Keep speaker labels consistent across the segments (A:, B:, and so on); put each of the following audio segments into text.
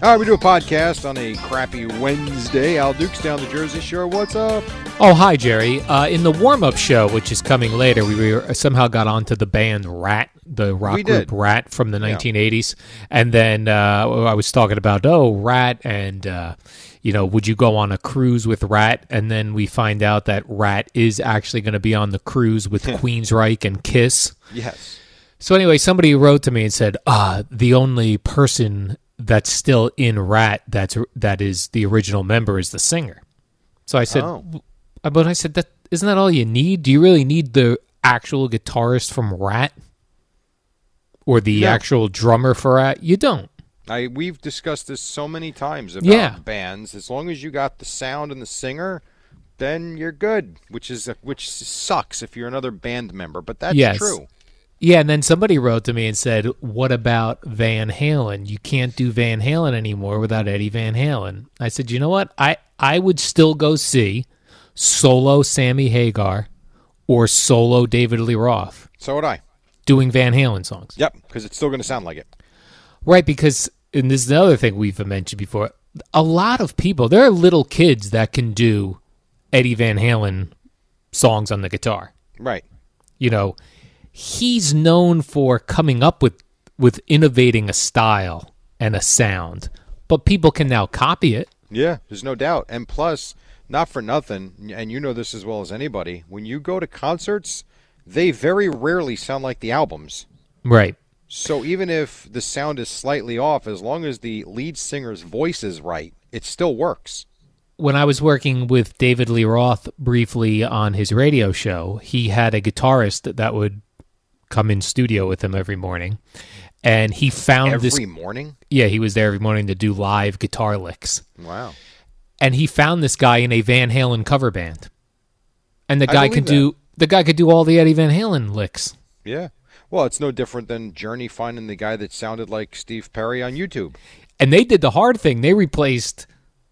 A: All right, we do a podcast on a crappy Wednesday. Al Duke's down the Jersey Shore. What's up?
B: Oh, hi, Jerry. Uh, in the warm up show, which is coming later, we were, uh, somehow got onto the band Rat, the rock
A: We
B: group
A: did.
B: Rat from the 1980s. And then uh, I was talking about, oh, Rat, and, uh, you know, would you go on a cruise with Rat? And then we find out that Rat is actually going to be on the cruise with Queensryche and Kiss.
A: Yes.
B: So anyway, somebody wrote to me and said, "Ah, the only person that's still in Rat that's that is the original member is the singer." So I said, "Uh,
A: Oh.
B: "But I said that isn't that all you need? Do you really need the actual guitarist from Rat or the
A: No.
B: actual drummer for Rat? You don't."
A: I we've discussed this so many times about
B: Yeah.
A: bands. As long as you got the sound and the singer, then you're good. Which is which sucks if you're another band member, but that's
B: Yes.
A: true.
B: Yeah, and then somebody wrote to me and said, "What about Van Halen? You can't do Van Halen anymore without Eddie Van Halen." I said, "You know what? I I would still go see solo Sammy Hagar or solo David Lee Roth
A: So would I.
B: doing Van Halen songs."
A: Yep, because it's still going to sound like it.
B: Right, because and this is another thing we've mentioned before. A lot of people, there are little kids that can do Eddie Van Halen songs on the guitar.
A: Right.
B: you know, he's known for coming up with with innovating a style and a sound, but people can now copy it.
A: Yeah, there's no doubt. And plus, not for nothing, and you know this as well as anybody, when you go to concerts, they very rarely sound like the albums.
B: Right.
A: So even if the sound is slightly off, as long as the lead singer's voice is right, it still works.
B: When I was working with David Lee Roth briefly on his radio show, he had a guitarist that would come in studio with him every morning. And he found
A: Every
B: this
A: morning?
B: yeah, he was there every morning to do live guitar licks.
A: Wow.
B: and he found this guy in a Van Halen cover band, and the
A: I
B: guy
A: believe
B: could
A: that.
B: do the guy could do all the Eddie Van Halen licks.
A: Yeah. Well, it's no different than Journey finding the guy that sounded like Steve Perry on YouTube.
B: And they did the hard thing; they replaced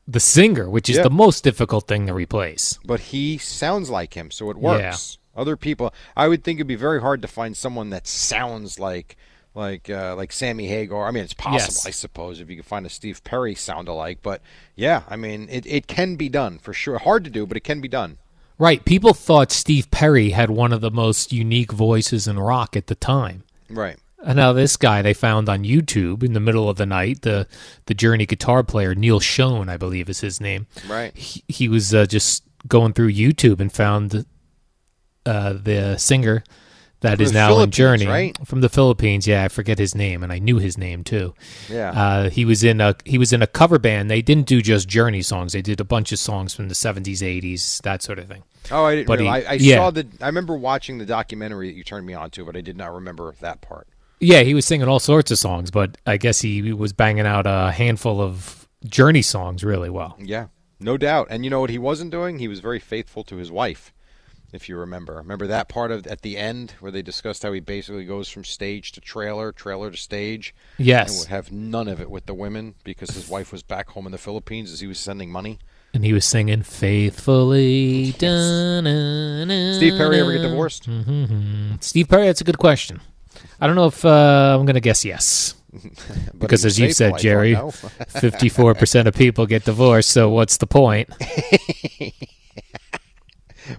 B: the singer, which is
A: Yeah.
B: the most difficult thing to replace.
A: But he sounds like him, so it works. Other people, I would think it'd be very hard to find someone that sounds like like uh, like Sammy Hagar. I mean, it's possible,
B: Yes.
A: I suppose, if you could find a Steve Perry sound alike. But yeah, I mean, it, it can be done for sure. Hard to do, but it can be done.
B: Right? People thought Steve Perry had one of the most unique voices in rock at the time.
A: Right.
B: And now this guy they found on YouTube in the middle of the night, the the Journey guitar player Neil Schoen, I believe is his name.
A: Right.
B: He, he was uh, just going through YouTube and found uh, the singer that
A: From
B: is
A: the
B: now in
A: Philippines,
B: Journey
A: right?
B: from the Philippines. Yeah, I forget his name, and I knew his name too.
A: Yeah.
B: Uh, he was in a he was in a cover band. They didn't do just Journey songs. They did a bunch of songs from the seventies, eighties, that sort of thing.
A: Oh, I didn't.
B: But he-
A: realize. I, I
B: yeah.
A: saw the. I remember watching the documentary that you turned me on to, but I did not remember that part.
B: Yeah, he was singing all sorts of songs, but I guess he was banging out a handful of Journey songs really well.
A: Yeah, no doubt. And you know what he wasn't doing? He was very faithful to his wife, if you remember. Remember that part of at the end where they discussed how he basically goes from stage to trailer, trailer to stage, and
B: Yes.
A: would have none of it with the women because his wife was back home in the Philippines as he was sending money.
B: and he was singing faithfully.
A: Steve Perry ever
B: Mm.
A: get divorced?
B: hmm Steve Perry, that's a good question. I don't know if uh, I'm going to guess yes.
A: But
B: Because
A: he
B: as
A: was
B: you've said,
A: faithful, I don't
B: Jerry,
A: know.
B: 54% of people get divorced, so what's the point?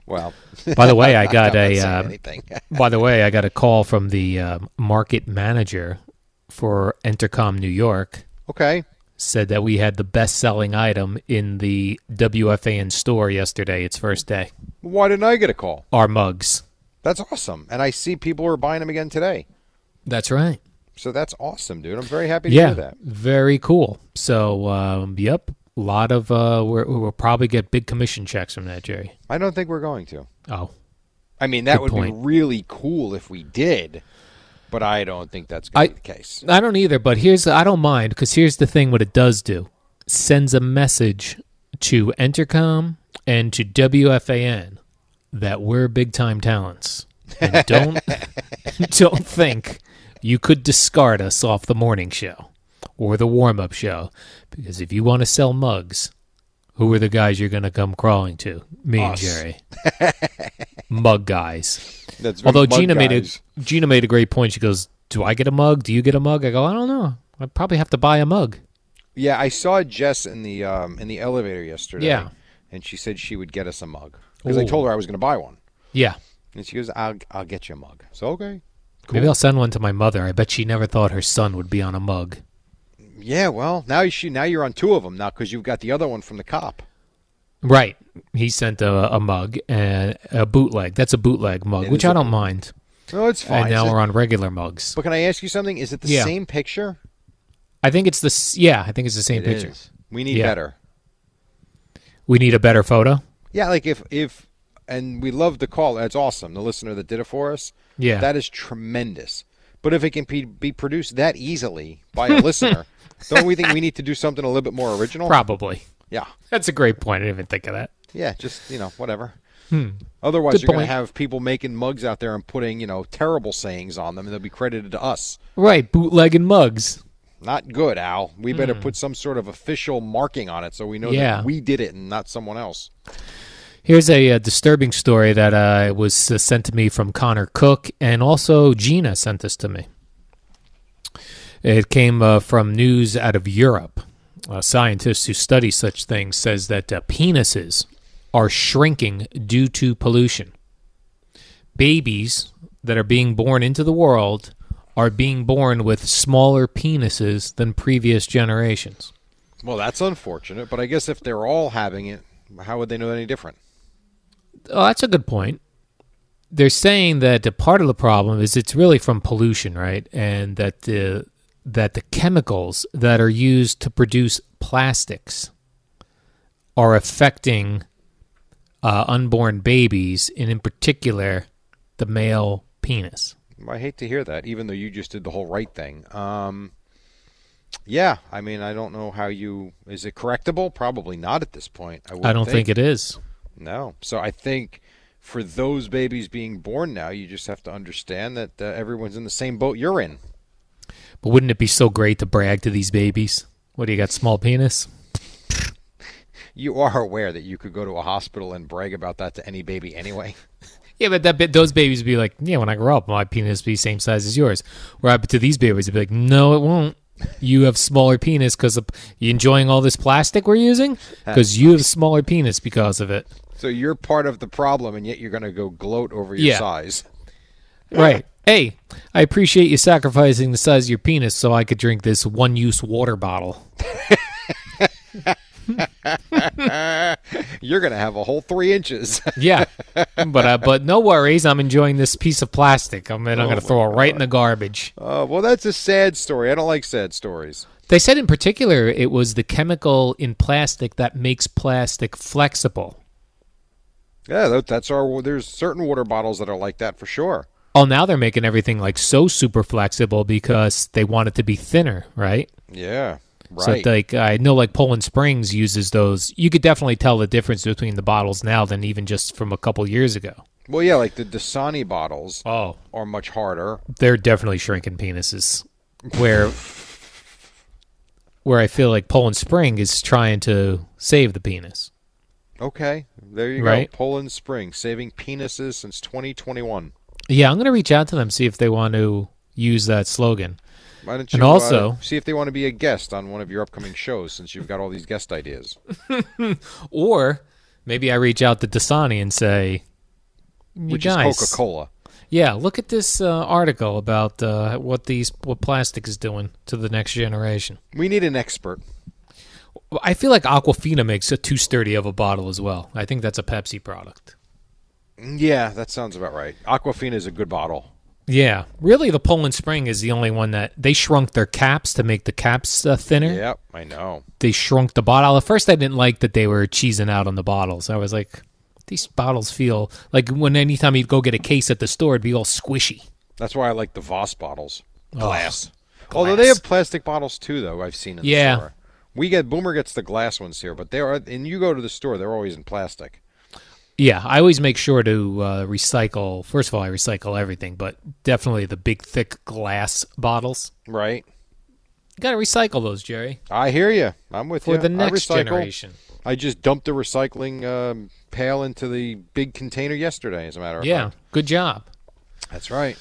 A: well,
B: By the way, I
A: I'm
B: got
A: not
B: a
A: saying
B: uh,
A: anything.
B: by the way, I got a call from the uh, market manager for Entercom New York
A: okay.
B: said that we had the best-selling item in the WFAN store yesterday, its first day.
A: Why didn't I get a call?
B: Our mugs.
A: That's awesome. And I see people are buying them again today.
B: That's right.
A: So that's awesome, dude. I'm very happy to
B: Yeah,
A: hear that.
B: very cool. So, um, yep, a lot of uh, we're, we'll probably get big commission checks from that, Jerry.
A: I don't think we're going to.
B: Oh,
A: I mean, that
B: Good
A: would
B: point.
A: be really cool if we did, but I don't think that's
B: I-
A: going to be the case.
B: I don't either. But here's I don't mind because here's the thing: what it does do sends a message to Entercom and to WFAN that we're big time talents. And don't don't think you could discard us off the morning show or the warm up show because if you want to sell mugs, who are the guys you're going to come crawling to? Me and Jerry, mug guys.
A: That's
B: Although
A: mug
B: Gina made
A: guys.
B: a Gina made a great point. She goes, "Do I get a mug? Do you get a mug?" I go, "I don't know. I probably have to buy a mug."
A: Yeah, I saw Jess in the um, in the elevator yesterday.
B: Yeah.
A: and she said she would get us a mug because I
B: Ooh.
A: told her I was going to buy one,
B: Yeah,
A: and she goes, "I'll I'll get you a mug." So okay,
B: maybe I'll send one to my mother. I bet she never thought her son would be on a mug.
A: yeah. Well, now you now you're on two of them now because you've got the other one from the cop.
B: Right? He sent a, a mug and a bootleg. That's a bootleg mug,
A: It
B: which
A: is
B: I
A: a Oh,
B: don't mind.
A: No, it's fine.
B: And now
A: It's a-
B: we're on regular mugs.
A: but can I ask you something? Is it the
B: Yeah.
A: same picture?
B: I think it's the s- yeah. I think it's the same
A: It
B: picture.
A: is. We need
B: Yeah.
A: better.
B: We need a better photo.
A: Yeah, like if if and we love the call. That's awesome. The listener that did it for us.
B: Yeah.
A: that is tremendous. But if it can be, be produced that easily by a listener, don't we think we need to do something a little bit more original?
B: Probably.
A: Yeah,
B: That's a great point. I didn't even think of that.
A: yeah. Just you know, whatever. Otherwise,
B: Hmm. Good
A: you're going
B: point.
A: to have people making mugs out there and putting you know terrible sayings on them, and they'll be credited to us.
B: Right, bootleg and mugs.
A: Not good, Al. We better put some sort of official marking on it so we know
B: Hmm. Yeah.
A: that we did it and not someone else.
B: Here's a, uh disturbing story that uh, was uh, sent to me from Connor Cook, and also Gina sent this to me. It came uh, from news out of Europe. Uh, scientists who study such things says that uh, penises are shrinking due to pollution. Babies that are being born into the world are being born with smaller penises than previous generations.
A: Well, that's unfortunate, but I guess if they're all having it, how would they know any different?
B: Oh, that's a good point. They're saying that a part of the problem is it's really from pollution, right? And that the that the chemicals that are used to produce plastics are affecting uh, unborn babies, and in particular, the male penis.
A: I hate to hear that, even though you just did the whole right thing. Um, yeah, I mean, I don't know how you. Is it correctable? Probably not at this point. I,
B: I don't think. it is.
A: No. So I think for those babies being born now, you just have to understand that uh, everyone's in the same boat you're in.
B: But wouldn't it be so great to brag to these babies? What do you got, small penis?
A: You are aware that you could go to a hospital and brag about that to any baby anyway.
B: Yeah, but that bit, those babies would be like, yeah, when I grow up, my penis will be same size as yours. Where up to these babies would be like, no, it won't. You have smaller penis because you enjoying all this plastic we're using because you have smaller penis because of it.
A: So you're part of the problem, and yet you're going to go gloat over your
B: Yeah.
A: size.
B: Right. Hey, I appreciate you sacrificing the size of your penis so I could drink this one-use water bottle.
A: You're going to have a whole three inches.
B: Yeah, but uh, but no worries, I'm enjoying this piece of plastic. I'm and I'm gonna throw it right in the garbage.
A: uh, well, that's a sad story. I don't like sad stories.
B: They said in particular it was the chemical in plastic that makes plastic flexible.
A: Yeah, that, that's our. There's certain water bottles that are like that for sure.
B: Oh, now they're making everything like so super flexible because they want it to be thinner, right?
A: Yeah, right.
B: So like I know like Poland Springs uses those. You could definitely tell the difference between the bottles now than even just from a couple years ago.
A: well, yeah, like the Dasani bottles
B: Oh,
A: are much harder.
B: they're definitely shrinking penises. Where where I feel like Poland Spring is trying to save the penis.
A: Okay, there you
B: Right.
A: go. Poland Spring saving penises since 2021.
B: Yeah, I'm going to reach out to them see if they want to use that slogan.
A: Why don't you
B: And
A: uh,
B: also-
A: see if they want to be a guest on one of your upcoming shows since you've got all these guest ideas?
B: Or maybe I reach out to Dasani and say, you
A: Which
B: guys,
A: is Coca Cola.
B: Yeah, look at this uh, article about uh, what these what plastic is doing to the next generation.
A: We need an expert.
B: I feel like Aquafina makes a two sturdy of a bottle as well. I think that's a Pepsi product.
A: Yeah, that sounds about right. Aquafina is a good bottle.
B: Yeah, really, the Poland Spring is the only one that they shrunk their caps to make the caps uh, thinner.
A: Yep, I know.
B: They shrunk the bottle. At first, I didn't like that they were cheesing out on the bottles. I was like, these bottles feel like when anytime you'd go get a case at the store, it'd be all squishy.
A: That's why I like the Voss bottles.
B: Ugh.
A: Glass. Although they
B: Glass.
A: have plastic bottles too, though I've seen in
B: Yeah.
A: the store. We get Boomer gets the glass ones here, but they are. And you go to the store, they're always in plastic.
B: Yeah, I always make sure to uh, recycle. First of all, I recycle everything, but definitely the big, thick glass bottles.
A: Right.
B: You got to recycle those, Jerry,
A: I hear you. I'm with
B: for
A: you.
B: the next
A: I recycle.
B: generation.
A: I just dumped the recycling um, pail into the big container yesterday. As a matter of
B: Yeah,
A: fact.
B: good job.
A: That's right.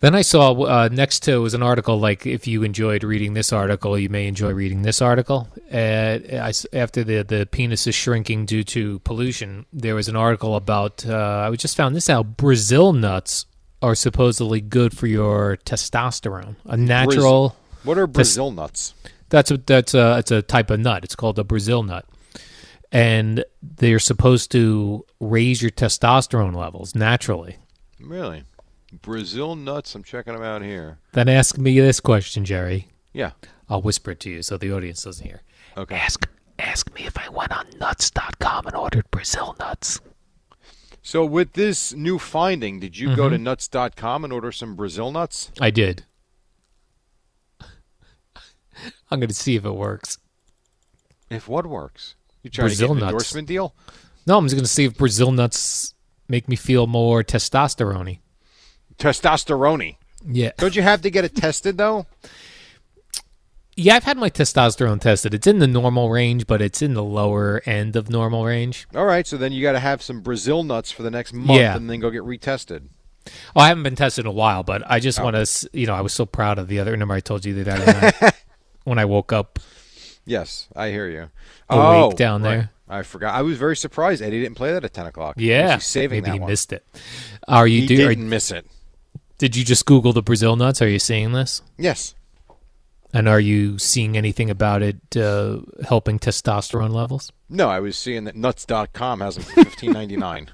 B: Then I saw uh, next to was an article like if you enjoyed reading this article, you may enjoy reading this article. Uh, I s after the the penis is shrinking due to pollution, there was an article about uh, I just found this out: Brazil nuts are supposedly good for your testosterone, a natural.
A: What are Brazil nuts?
B: That's a that's a it's a type of nut. It's called a Brazil nut, and they're supposed to raise your testosterone levels naturally.
A: Really? Brazil nuts. I'm checking them out here.
B: Then ask me this question, Jerry.
A: Yeah.
B: I'll whisper it to you so the audience doesn't hear.
A: Okay.
B: Ask ask me if I went on nuts.com and ordered Brazil nuts.
A: So with this new finding, did you go to
B: Mm-hmm.
A: nuts.com and order some Brazil nuts?
B: I did. I'm going to see if it works.
A: If what works? You trying
B: Brazil
A: to get an
B: nuts.
A: endorsement deal?
B: No, I'm just going to see if Brazil nuts make me feel more testosterone.
A: Testosterone.
B: Yeah.
A: Don't you have to get it tested though?
B: Yeah, I've had my testosterone tested. It's in the normal range, but it's in the lower end of normal range.
A: All right, so then you got to have some Brazil nuts for the next month
B: Yeah.
A: and then go get retested.
B: Oh, I haven't been tested in a while, but I
A: Oh.
B: just want to, you know, I was so proud of the other. Remember, I told you the other night when I woke up
A: Yes, I hear you.
B: a
A: oh,
B: week down
A: right.
B: there.
A: I forgot. I was very surprised Eddie didn't play that at ten o'clock.
B: Yeah,
A: He's saving
B: maybe
A: that
B: he
A: one.
B: missed it. Are you
A: He
B: do?
A: didn't
B: Or,
A: miss it.
B: did you just Google the Brazil nuts? Are you seeing this?
A: Yes.
B: And are you seeing anything about it uh, helping testosterone levels?
A: No, I was seeing that nuts.com has them for fifteen ninety nine.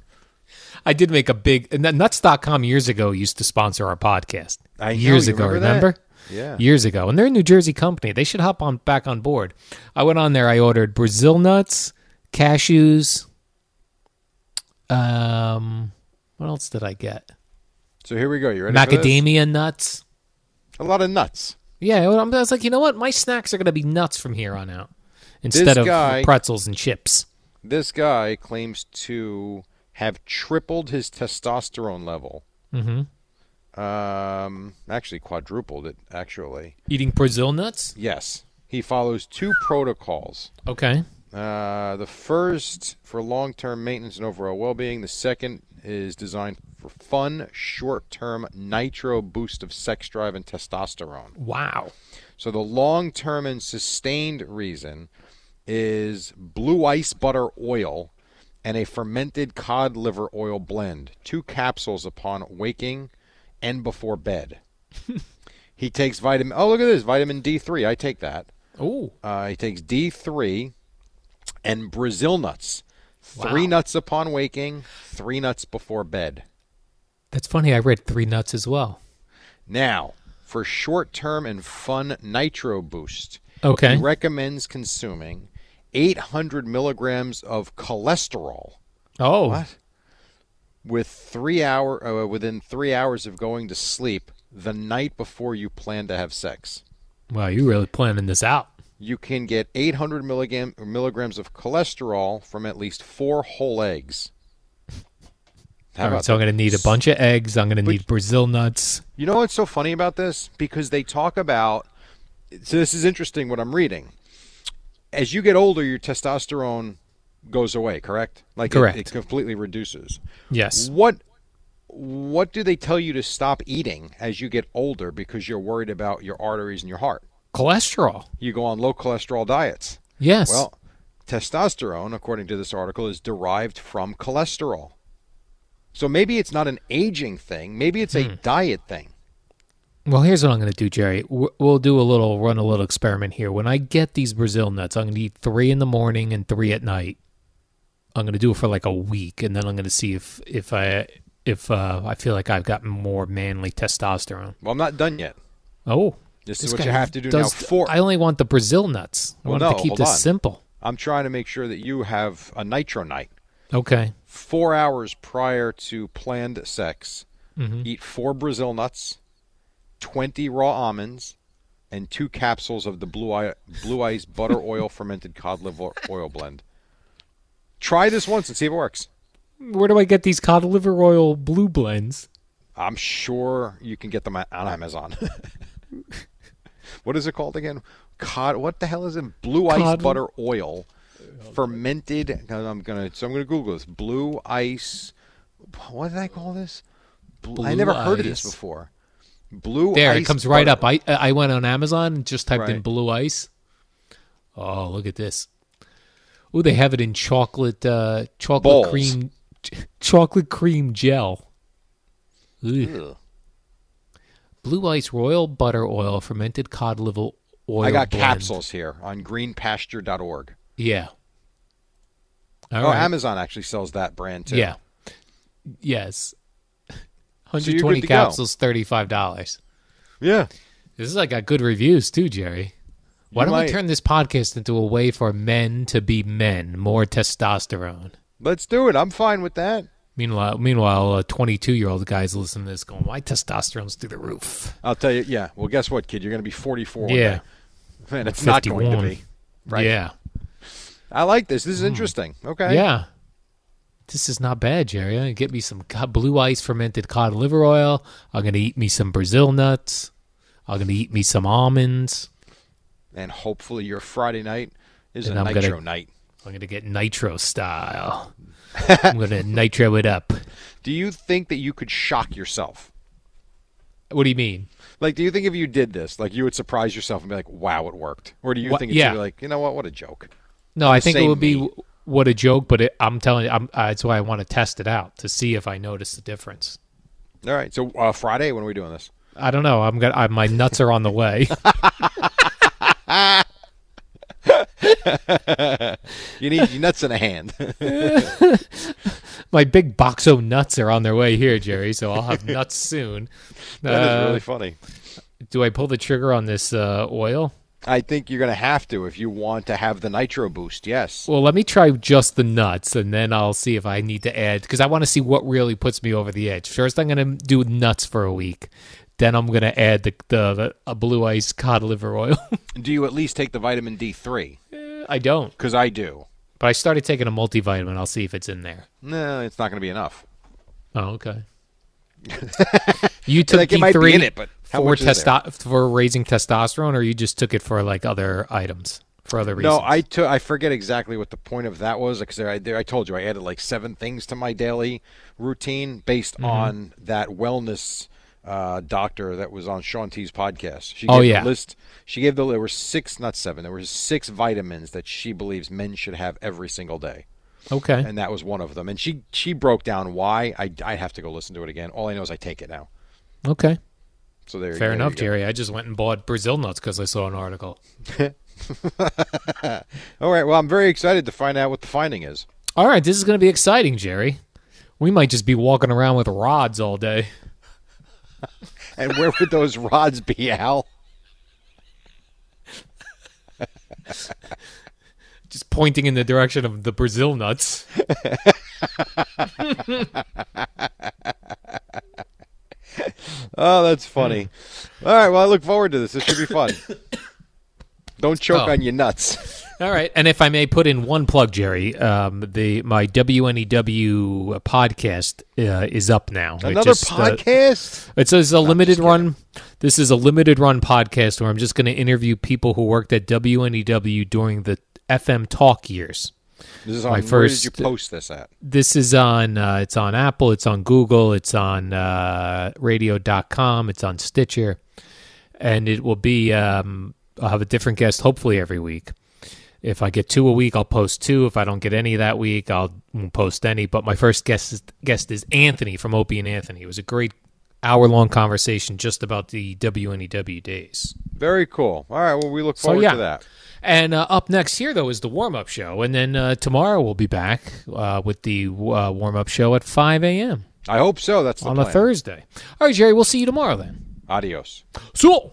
B: I did make a big and that nuts.com years ago used to sponsor our podcast.
A: I know,
B: years
A: you
B: ago,
A: remember that?
B: remember?
A: Yeah.
B: Years ago. And they're a New Jersey company. They should hop on back on board. I went on there, I ordered Brazil nuts, cashews. Um what else did I get?
A: So here we go. You ready? for this?
B: Macadamia nuts.
A: A lot of nuts.
B: Yeah, I was like, you know what? My snacks are going to be nuts from here on out instead
A: This
B: of
A: guy-
B: pretzels and chips.
A: this guy claims to have tripled his testosterone level. Mm-hmm. Um, actually quadrupled it. Actually,
B: Eating Brazil nuts?
A: yes. He follows two protocols.
B: Okay.
A: Uh, the first for long-term maintenance and overall well-being. The second is designed for fun, short-term nitro boost of sex drive and testosterone.
B: Wow.
A: So the long term and sustained reason is blue ice butter oil and a fermented cod liver oil blend, two capsules upon waking and before bed. he takes vitamin Oh, look at this, vitamin D3. I take that.
B: Oh.
A: Uh, he takes D3 and Brazil nuts. 3 nuts upon waking, 3 nuts before bed.
B: That's funny. I read three nuts as well.
A: Now, for short term and fun nitro boost,
B: Okay.
A: He recommends consuming 800 milligrams of cholesterol
B: oh.
A: with three hour uh, within three hours of going to sleep the night before you plan to have sex.
B: Wow, you really planning this out.
A: You can get 800 milligram, milligrams of cholesterol from at least four whole eggs. How
B: All
A: about
B: right, so I'm going to need a bunch of eggs. I'm going to need Brazil nuts.
A: You know what's so funny about this? Because they talk about. So this is interesting. What I'm reading. As you get older, your testosterone goes away, correct? Like it-
B: Correct.
A: it completely reduces.
B: Yes.
A: What what do they tell you to stop eating as you get older because you're worried about your arteries and your heart?
B: Cholesterol.
A: You go on low cholesterol diets.
B: Yes.
A: Well, testosterone, according to this article, is derived from cholesterol. So maybe it's not an aging thing, maybe it's a diet thing.
B: Well, here's what I'm going to do, Jerry. W- We'll do a little run a little experiment here. When I get these Brazil nuts, I'm going to eat three in the morning and three at night. I'm going to do it for like a week, and then I'm going to see if if I if uh, I feel like I've got more manly testosterone.
A: Well, I'm not done yet.
B: Oh,
A: This is
B: this
A: what you
B: guy
A: have to do
B: does-
A: now. For
B: I only want the Brazil nuts. I
A: Well,
B: want to
A: no,
B: keep
A: hold
B: this
A: on.
B: simple.
A: I'm trying to make sure that you have a nitro night.
B: Okay.
A: Four hours prior to planned sex,
B: Mm-hmm.
A: eat four Brazil nuts, 20 raw almonds, and two capsules of the Blue, Eye, Blue Ice Butter Oil Fermented Cod Liver Oil Blend. Try this once and see if it works.
B: Where do I get these cod liver oil blue blends?
A: I'm sure you can get them on on Amazon. what is it called again? Cod. What the hell is it? Blue ice
B: Cod-
A: butter oil, fermented. I'm gonna. So I'm gonna Google this. Blue ice. What did I call this? Blue, I never
B: Blue
A: heard of this
B: ice.
A: before. Blue.
B: There, it
A: ice
B: comes right
A: butter-
B: up. I I went on Amazon and just typed in
A: Right.
B: blue ice. Oh, look at this. Oh, they have it in chocolate uh chocolate
A: Balls.
B: cream ch- chocolate cream gel. Ugh.
A: Ugh.
B: Blue ice royal butter oil fermented cod liver oil.
A: I got
B: blend.
A: capsules here on greenpasture.org.
B: Yeah. All
A: Oh,
B: right.
A: Amazon actually sells that brand too.
B: Yeah. Yes.
A: you're good
B: 120
A: to go.
B: capsules, thirty-five dollars.
A: Yeah.
B: This is like got good reviews too, Jerry. Why
A: You
B: don't
A: might.
B: we turn this podcast into a way for men to be men, more testosterone?
A: Let's do it. I'm fine with that.
B: Meanwhile, meanwhile, a 22 year old guy's listening to this going, "My testosterone's through the roof."
A: I'll tell you. Yeah. Well, guess what, kid? You're gonna be 44. one
B: yeah,
A: day. and it's not going to
B: 51.
A: be. Right.
B: Yeah,
A: I like this. This is interesting. Okay.
B: Mm. yeah. This is not bad, Jerry. I'm gonna get me some co- blue ice fermented cod liver oil. I'm gonna eat me some Brazil nuts. I'm gonna eat me some almonds.
A: And hopefully your Friday night is
B: And
A: a
B: I'm gonna-
A: nitro night.
B: I'm gonna get nitro style. I'm gonna nitro it up.
A: Do you think that you could shock yourself?
B: What do you mean?
A: Like, do you think if you did this, like you would surprise yourself and be like, "Wow, it worked," or do you
B: Wha-
A: think it's
B: yeah.
A: gonna be like, you know what, what a joke?
B: No, I
A: the
B: think it
A: same
B: would be
A: me.
B: w- what a joke, but it, I'm telling you, I'm, uh, that's why I want to test it out to see if I notice the difference.
A: All right. So uh, Friday, when are we doing this?
B: I don't know. I'm gonna. I, my nuts are on the way.
A: You need your nuts in a hand.
B: my big boxo nuts are on their way here, Jerry. So I'll have nuts soon.
A: that is
B: Uh,
A: really funny.
B: do I pull the trigger on this uh, oil?
A: I think you're gonna have to if you want to have the nitro boost. Yes.
B: Well, let me try just the nuts, and then I'll see if I need to add because I want to see what really puts me over the edge. First, I'm gonna do nuts for a week. Then I'm gonna add the the, the a blue ice cod liver oil.
A: Do you at least take the vitamin D3?
B: I don't.
A: Because I do.
B: But I started taking a multivitamin. I'll see if it's in there.
A: No, it's not gonna be enough.
B: Oh, okay. you took
A: Like,
B: D
A: it might be
B: three
A: in it, but how
B: for
A: much is there?
B: testo- for raising testosterone, or you just took it for like other items for other reasons.
A: No, I took. I forget exactly what the point of that was because I, there- I told you I added like seven things to my daily routine based on that wellness uh, doctor that was on Sean T's podcast. She gave
B: Oh,
A: the
B: yeah.
A: list. She gave the there were six, not seven. There were six vitamins that she believes men should have every single day,
B: okay.
A: and that was one of them. And she she broke down why. I I have to go listen to it again. All I know is I take it now.
B: okay.
A: So there.
B: Fair
A: there
B: enough,
A: you go.
B: Jerry. I just went and bought Brazil nuts because I saw an article.
A: All right. Well, I'm very excited to find out what the finding is.
B: All right, this is going to be exciting, Jerry. We might just be walking around with rods all day.
A: And where would those rods be, Al?
B: just pointing in the direction of the Brazil nuts.
A: Oh, that's funny. All right, well, I look forward to this. This should be fun. Don't choke
B: Oh.
A: on your nuts.
B: All right, and if I may put in one plug, Jerry, um, the my WNEW podcast uh, is up now. It
A: Another
B: just, uh,
A: podcast?
B: it's, it's a limited run. This is a limited run podcast E where I'm just going to interview people who worked at WNEW during the FM talk years.
A: This is on
B: My
A: where did you
B: first-
A: post this at?
B: This is on uh, it's on Apple, it's on Google, it's on uh, radio.com, it's on Stitcher. And it will be um, I'll have a different guest hopefully every week. If I get two a week, I'll post two. If I don't get any that week, I'll won't post any. But my first guest is, guest is Anthony from Opie and Anthony. It was a great hour long conversation just about the WNEW days.
A: Very cool. All right. Well, we look
B: So,
A: forward
B: Oh, yeah.
A: to that.
B: And uh, up next here, though, is the warm up show. And then uh, tomorrow we'll be back uh, with the uh, warm up show at 5 a.m.
A: I hope so. That's the
B: on
A: plan.
B: a Thursday. All right, Jerry, we'll see you tomorrow then.
A: Adios.
B: So.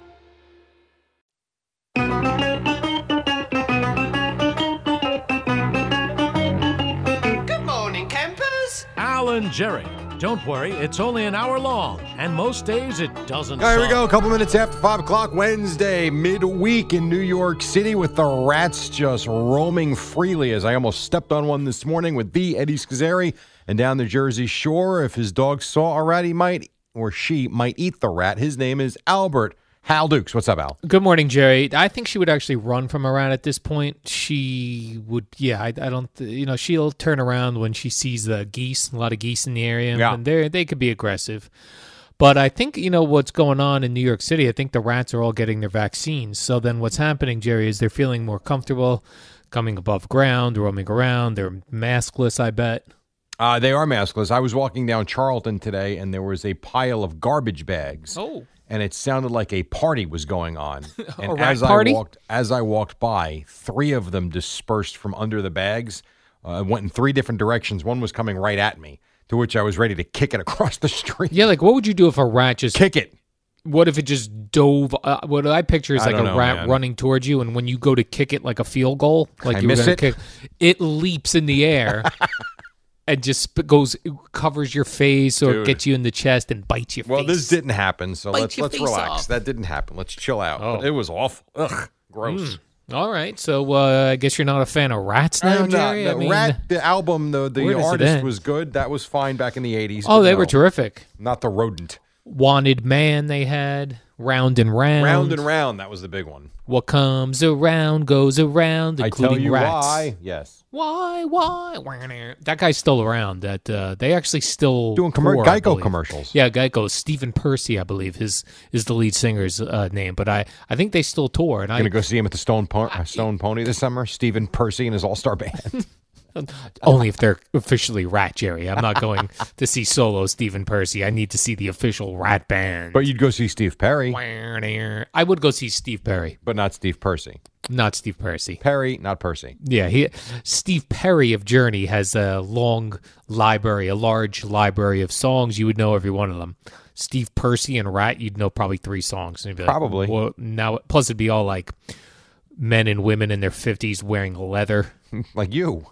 C: Alan Jerry. Don't worry, it's only an hour long, and most days it doesn't.
A: All right, here we
C: suck.
A: go. A couple minutes after 5 o'clock, Wednesday, midweek in New York City, with the rats just roaming freely. As I almost stepped on one this morning with the Eddie Scazzeri and down the Jersey Shore. If his dog saw a rat, he might or she might eat the rat. His name is Albert Hal Dukes. What's up, Al?
B: Good morning, Jerry. I think she would actually run from around at this point. She would, yeah. I, I don't, th- you know, she'll turn around when she sees the geese, a lot of geese in the area,
A: Yeah.
B: and they they could be aggressive. But I think you know what's going on in New York City. I think the rats are all getting their vaccines. So then, what's happening, Jerry, is they're feeling more comfortable, coming above ground, roaming around. They're maskless, I bet.
A: Uh, they are maskless. I was walking down Charlton today, and there was a pile of garbage bags.
B: Oh.
A: And it sounded like a party was going on. And
B: rat
A: as
B: party?
A: I walked, as I walked by, three of them dispersed from under the bags, uh, went in three different directions. One was coming right at me, to which I was ready to kick it across the street.
B: Yeah, like what would you do if a rat just
A: Kick it.
B: What if it just dove? Uh, what I picture is
A: I
B: like a
A: don't know,
B: rat
A: man.
B: running towards you, and when you go to kick it like a field goal, like
A: I
B: you
A: miss
B: were gonna
A: it.
B: kick, it leaps in the air and just sp- goes covers your face or
A: Dude.
B: gets you in the chest and bites your
A: Well,
B: face.
A: this didn't happen, so
D: Bite
A: let's
D: your
A: let's
D: face
A: relax.
D: off.
A: That didn't happen. Let's chill out.
B: Oh. Mm.
A: But it was awful. Ugh, gross.
B: All right, so uh, I guess you're not a fan of rats now, Oh,
A: I'm not.
B: Jerry.
A: The
B: I mean,
A: Rat, the album, the,
B: where
A: the
B: does it
A: artist
B: end?
A: was good. That was fine back in the 80s.
B: oh,
A: but
B: they
A: no,
B: were terrific.
A: Not the rodent.
B: Wanted man, they had round and round.
A: Round and round, that was the big one.
B: What comes around goes around,
A: I
B: including
A: tell you
B: rats.
A: why. Yes.
B: Why? Why? why- That guy's still around. That uh, they actually still
A: Doing commer-
B: tour, I
A: Geico
B: believe.
A: commercials.
B: Yeah, Geico. Stephen Percy, I believe, his is the lead singer's uh, name. But I, I think they still tour. And I,
A: Gonna go see him at the Stone Pon- uh, Stone Pony this summer. Stephen Percy and his All Star Band.
B: only if they're officially Rat Jerry. I'm not going to see solo Stephen Percy. I need to see the official Rat band.
A: but you'd go see Steve Perry,
B: I would go see Steve Perry,
A: but not Steve Percy.
B: not Steve Percy.
A: Perry, not Percy.
B: Yeah, he Steve Perry of Journey has a long library, a large library of songs. You would know every one of them. Steve Percy and Rat, you'd know probably three songs. And you'd be like,
A: Probably.
B: Well, now, plus it'd be all like men and women in their fifties wearing leather
A: Like you,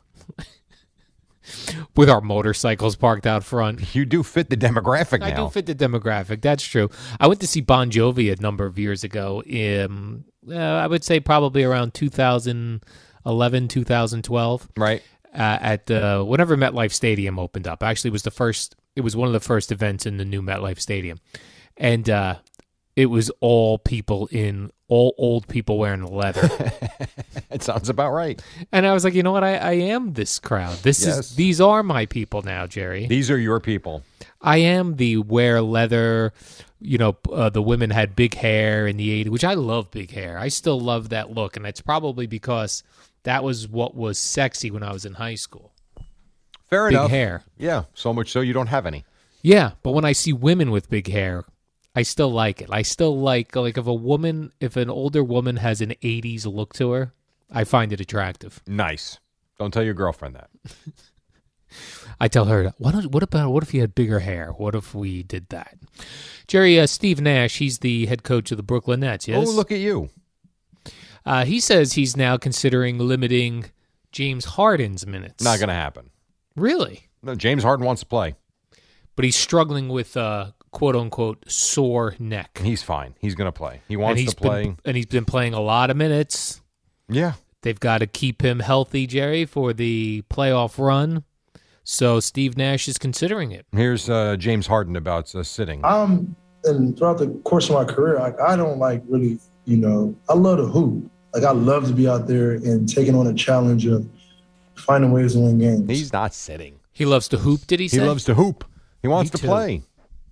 B: with our motorcycles parked out front.
A: you do fit the demographic
B: I
A: now.
B: do fit the demographic. That's true. I went to see Bon Jovi a number of years ago. Um, uh, I would say probably around 2011, 2012.
A: right.
B: uh, at the whenever MetLife Stadium opened up. Actually, it was the first. It was one of the first events in the new MetLife Stadium, and uh, it was all people in all old people wearing leather.
A: It sounds about right.
B: and I was like, you know what? I, I am this crowd. This
A: Yes.
B: is these are my people now, Jerry.
A: These are your people.
B: I am the wear leather. You know, uh, the women had big hair in the 80s, which I love big hair. I still love that look, and that's probably because that was what was sexy when I was in high school.
A: Fair
B: Big
A: enough.
B: hair.
A: Yeah. So much so you don't have any.
B: Yeah, but when I see women with big hair, I still like it. I still like like if a woman, if an older woman has an '80s look to her, I find it attractive.
A: Nice. Don't tell your girlfriend that.
B: I tell her, "What? What about? What if you had bigger hair? What if we did that?" Jerry, uh, Steve Nash, he's the head coach of the Brooklyn Nets. Yes,
A: Oh, look at you.
B: Uh, he says he's now considering limiting James Harden's minutes.
A: Not going to happen.
B: Really?
A: No, James Harden wants to play.
B: But he's struggling with uh, quote unquote sore neck.
A: He's fine. He's going to play. He wants
B: and he's
A: to play.
B: Been, and he's been playing a lot of minutes.
A: yeah.
B: They've got to keep him healthy, Jerry, for the playoff run. So Steve Nash is considering it.
A: Here's uh, James Harden about uh, sitting.
E: I'm and throughout the course of my career, like I don't like really, you know, I love to hoop. Like I love to be out there and taking on a challenge of finding ways to win games.
A: He's not sitting.
B: He loves to hoop. Did he?
A: He
B: say?
A: loves to hoop. He wants
B: Me
A: to
B: too.
A: play.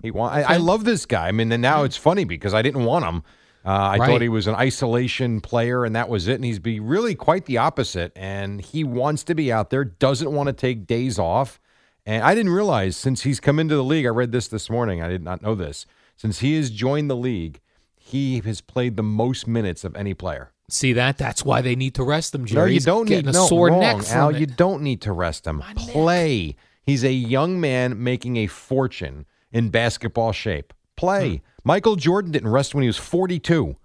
A: He want. I, I love this guy. I mean, and now it's funny because I didn't want him. Uh, I
B: Right.
A: thought he was an isolation player, and that was it. And he's be really quite the opposite. And he wants to be out there. Doesn't want to take days off. And I didn't realize since he's come into the league. I read this this morning. I did not know this. Since he has joined the league, he has played the most minutes of any player.
B: See that? That's why they need to rest them, Jerry.
A: No, you
B: He's
A: don't
B: getting
A: need
B: a
A: no,
B: sore
A: wrong,
B: neck from
A: Al,
B: it.
A: you don't need to rest him. Play. He's a young man making a fortune in basketball shape. Play.
B: Hmm.
A: Michael Jordan didn't rest when he was 42.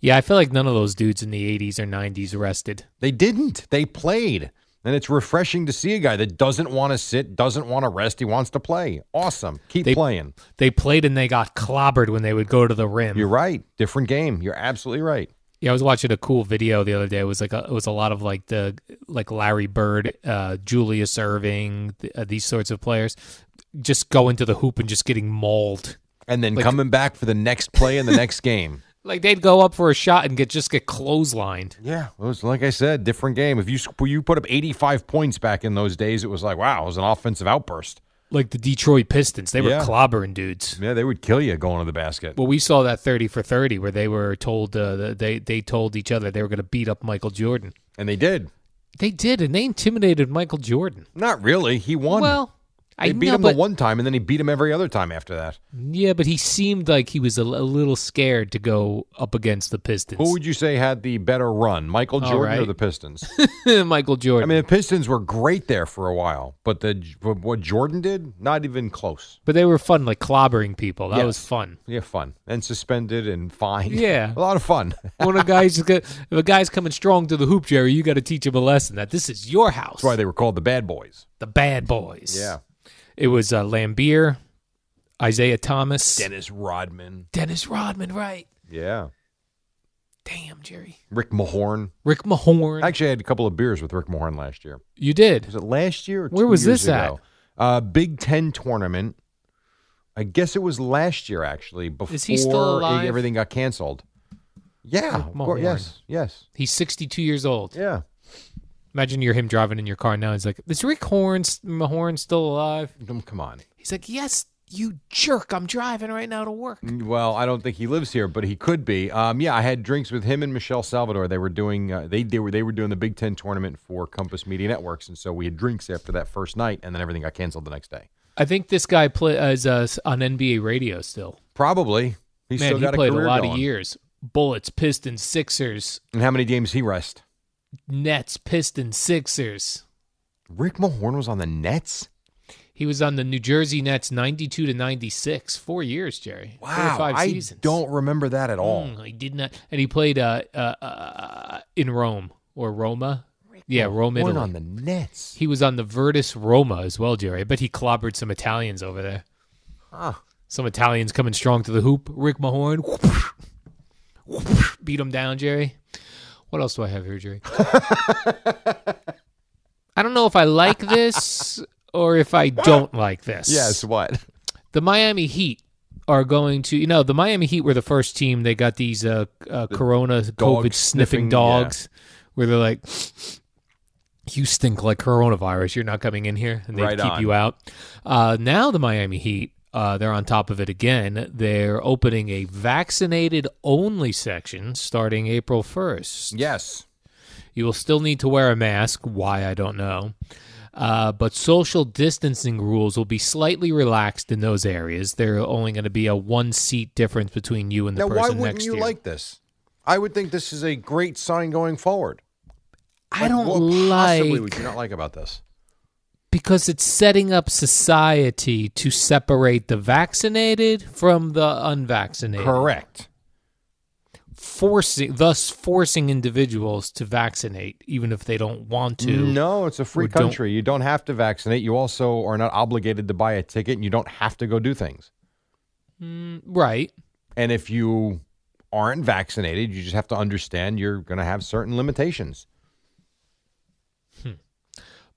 B: Yeah, I feel like none of those dudes in the 80s or 90s rested.
A: They didn't. They played. And it's refreshing to see a guy that doesn't want to sit, doesn't want to rest. He wants to play. Awesome. Keep
B: They-
A: playing.
B: They played and they got clobbered when they would go to the rim.
A: You're right. Different game. You're absolutely right.
B: Yeah, I was watching a cool video the other day. It was like a, it was a lot of like the like Larry Bird, uh, Julius Irving, th- uh, these sorts of players, just going to the hoop and just getting mauled.
A: And then
B: Like-
A: coming back for the next play in the next game.
B: Like they'd go up for a shot and get just get clotheslined.
A: Yeah, it was like I said, different game. If you sc- you put up 85 points back in those days, it was like wow, it was an offensive outburst.
B: Like the Detroit Pistons, they were
A: Yeah.
B: clobbering dudes.
A: Yeah, they would kill you going to the basket.
B: Well, we saw that thirty for thirty where they were told uh, that they they told each other they were going to beat up Michael Jordan.
A: and they did.
B: They did, and they intimidated Michael Jordan.
A: Not really. He won.
B: Well,
A: they
B: I
A: beat
B: know,
A: him
B: but
A: the one time, and then he beat him every other time after that.
B: Yeah, but he seemed like he was a, a little scared to go up against the Pistons.
A: Who would you say had the better run, Michael
B: All
A: Jordan or
B: right.
A: the Pistons?
B: Michael
A: I
B: Jordan.
A: mean, the Pistons were great there for a while, but the but what Jordan did, not even close.
B: but they were fun, like clobbering people. That was
A: Yes.
B: fun.
A: Yeah, fun and suspended and fined.
B: Yeah.
A: a lot of fun.
B: when a guy's just got- if a guy's coming strong to the hoop, Jerry, you got to teach him a lesson that this is your house.
A: That's why they were called the Bad Boys.
B: the bad boys.
A: Yeah,
B: It was uh, Lambeer, Isaiah Thomas,
A: Dennis Rodman.
B: Dennis Rodman. Right.
A: Yeah.
B: Damn, Jerry.
A: Rick Mahorn.
B: Rick Mahorn.
A: Actually, I had a couple of beers with Rick Mahorn last year.
B: you did.
A: Was it last year? Or
B: Where
A: two
B: was
A: years
B: this at?
A: ago? Uh, Big Ten tournament. I guess it was last year, actually, before
B: Is he still alive?
A: everything got canceled. Yeah,
B: Rick
A: of course,
B: Mahorn.
A: yes, yes,
B: He's 62 years old.
A: yeah.
B: Imagine you're him driving in your car now. He's like, "Is Rick Horn Mahorn still alive?"
A: Um, Come on.
B: He's like, "Yes, you jerk! I'm driving right now to work."
A: Well, I don't think he lives here, but he could be. Um, yeah, I had drinks with him and Michelle Salvador. They were doing uh, they, they were they were doing the Big Ten tournament for Compass Media Networks, and so we had drinks after that first night, and then everything got canceled the next day.
B: I think this guy plays uh, is on NBA radio still.
A: Probably he's
B: Man,
A: still
B: he
A: got
B: played
A: a
B: a,
A: career
B: lot of
A: going.
B: years. Bullets, Pistons, Sixers,
A: And how many games he rest?
B: Nets, Pistons, Sixers.
A: Rick Mahorn was on the Nets.
B: He was on the New Jersey Nets 92 to 96, four years, Jerry. Four or
A: Wow,
B: five
A: I
B: seasons.
A: don't remember that at all.
B: Mm, I did not. And he played uh, uh, uh, in Rome or Roma. yeah, Rome,
A: Horn
B: Italy.
A: on the Nets.
B: he was on the Virtus Roma as well, Jerry. I bet he clobbered some Italians over there.
A: Huh.
B: Some Italians coming strong to the hoop. Rick Mahorn. whoosh, whoosh, beat him down, Jerry. What else do I have here, Jerry? I don't know if I like this or if I don't like this.
A: Yes, what?
B: The Miami Heat are going to, you know, the Miami Heat were the first team. They got these uh, uh, Corona
A: dog
B: COVID sniffing
A: sniffing,
B: dogs where they're like, you stink like coronavirus. You're not coming in here. And they
A: Right
B: keep
A: on.
B: you out. Uh, now the Miami Heat, uh, they're on top of it again. They're opening a vaccinated only section starting April 1st.
A: Yes.
B: You will still need to wear a mask, why I don't know. Uh, but social distancing rules will be slightly relaxed in those areas. There are only going to be a one seat difference between you and the
A: Now,
B: person
A: why wouldn't
B: next
A: you
B: to you.
A: like this? I would think this is a great sign going forward.
B: I don't
A: what Possibly would
B: like
A: you not like about this?
B: because it's setting up society to separate the vaccinated from the unvaccinated.
A: Correct.
B: forcing thus forcing individuals to vaccinate even if they don't want to.
A: No, it's a free
B: or don't-
A: country. You don't have to vaccinate. You also are not obligated to buy a ticket, and you don't have to go do things.
B: Mm, right.
A: And if you aren't vaccinated, you just have to understand you're going to have certain limitations.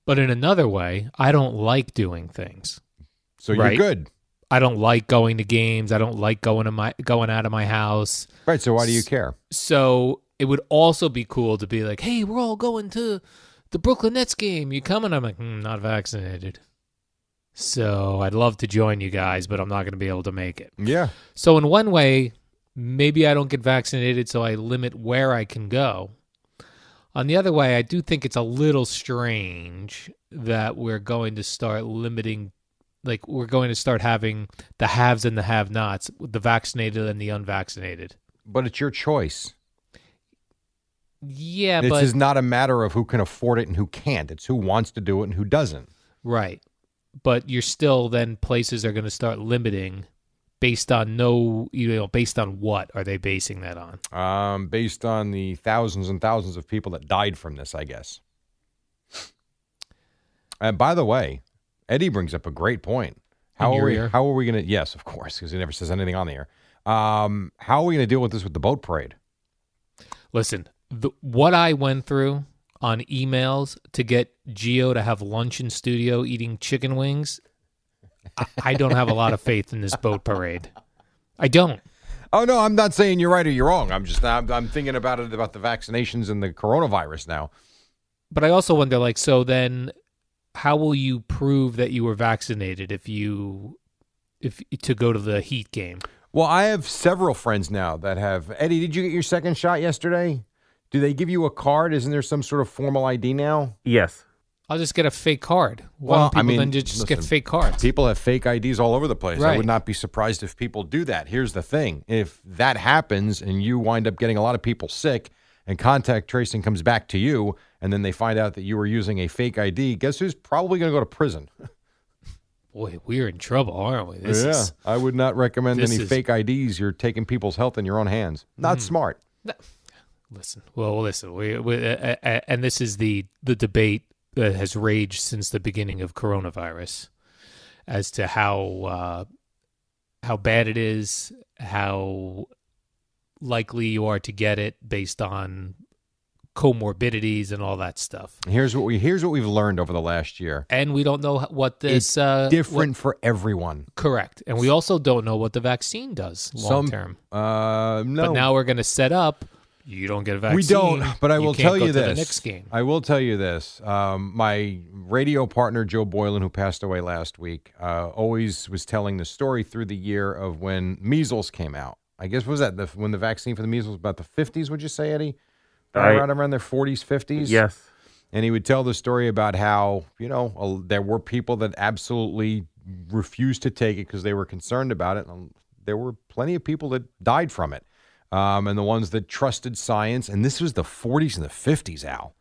B: But in another way, I don't like doing things.
A: So you're good.
B: I don't like going to games. I don't like going to my going out of my house.
A: Right. So why do you care?
B: So it would also be cool to be like, "Hey, we're all going to the Brooklyn Nets game. You coming?" I'm like, mm, "Not vaccinated." So I'd love to join you guys, but I'm not going to be able to make it.
A: Yeah.
B: So in one way, maybe I don't get vaccinated, so I limit where I can go. On the other way, I do think it's a little strange that we're going to start limiting, like we're going to start having the haves and the have-nots, the vaccinated and the unvaccinated.
A: But it's your choice.
B: Yeah,
A: this
B: but
A: is not a matter of who can afford it and who can't. It's who wants to do it and who doesn't.
B: right. But you're still then places are going to start limiting based on no, you know, based on what are they basing that on?
A: Um, based on the thousands and thousands of people that died from this, I guess. And by the way, Eddie brings up a great point.
B: In
A: How are
B: your
A: we?
B: ear?
A: How are we going to? Yes, of course, because he never says anything on the air. Um, how are we going to deal with this with the boat parade?
B: Listen, the, what I went through on emails to get Geo to have lunch in studio eating chicken wings, I, I don't have a lot of faith in this boat parade. I don't.
A: Oh no, I'm not saying you're right or you're wrong. I'm just I'm, I'm thinking about it about the vaccinations and the coronavirus now.
B: But I also wonder, like, so then, how will you prove that you were vaccinated if you, if to go to the Heat game?
A: Well, I have several friends now that have. Eddie, did you get your second shot yesterday? Do they give you a card? Isn't there some sort of formal ID now?
F: Yes.
B: I'll just get a fake card. Why don't people then ju- just get
A: listen,
B: fake cards?
A: People have fake IDs all over the place. I
B: Right.
A: would not be surprised if people do that. Here's the thing if that happens and you wind up getting a lot of people sick and contact tracing comes back to you and then they find out that you were using a fake ID, guess who's probably going to go to prison?
B: Boy, we're in trouble, aren't we? This
A: yeah.
B: is
A: I would not recommend
B: this
A: any
B: is- Hmm.
A: fake IDs. You're taking people's health in your own hands. Not smart.
B: Listen, well, listen, we, we uh, uh, and this is the the debate that has raged since the beginning of coronavirus as to how uh, how bad it is, how likely you are to get it based on comorbidities and all that stuff.
A: Here's what we here's what we've learned over the last year.
B: And we don't know h- what this
A: It's
B: uh, what-
A: different for everyone.
B: correct, and we also don't know what the vaccine does long
A: Some-
B: term.
A: Uh, no.
B: But now we're going to set up. You don't get a vaccine.
A: We don't, but I will
B: can't
A: tell
B: go to
A: you
B: the
A: this.
B: Knicks game.
A: I will tell you this. Um, my radio partner, Joe Boylan, who passed away last week, uh, always was telling the story through the year of when measles came out. I guess, what was that the, when the vaccine for the measles was about the 50s, would you say, Eddie?
F: I-
A: around, around their 40s, 50s?
F: Yes.
A: And he would tell the story about how, you know, a- there were people that absolutely refused to take it because they were concerned about it. And there were plenty of people that died from it. Um, and the ones that trusted science. And this was the 40s and the 50s, Al.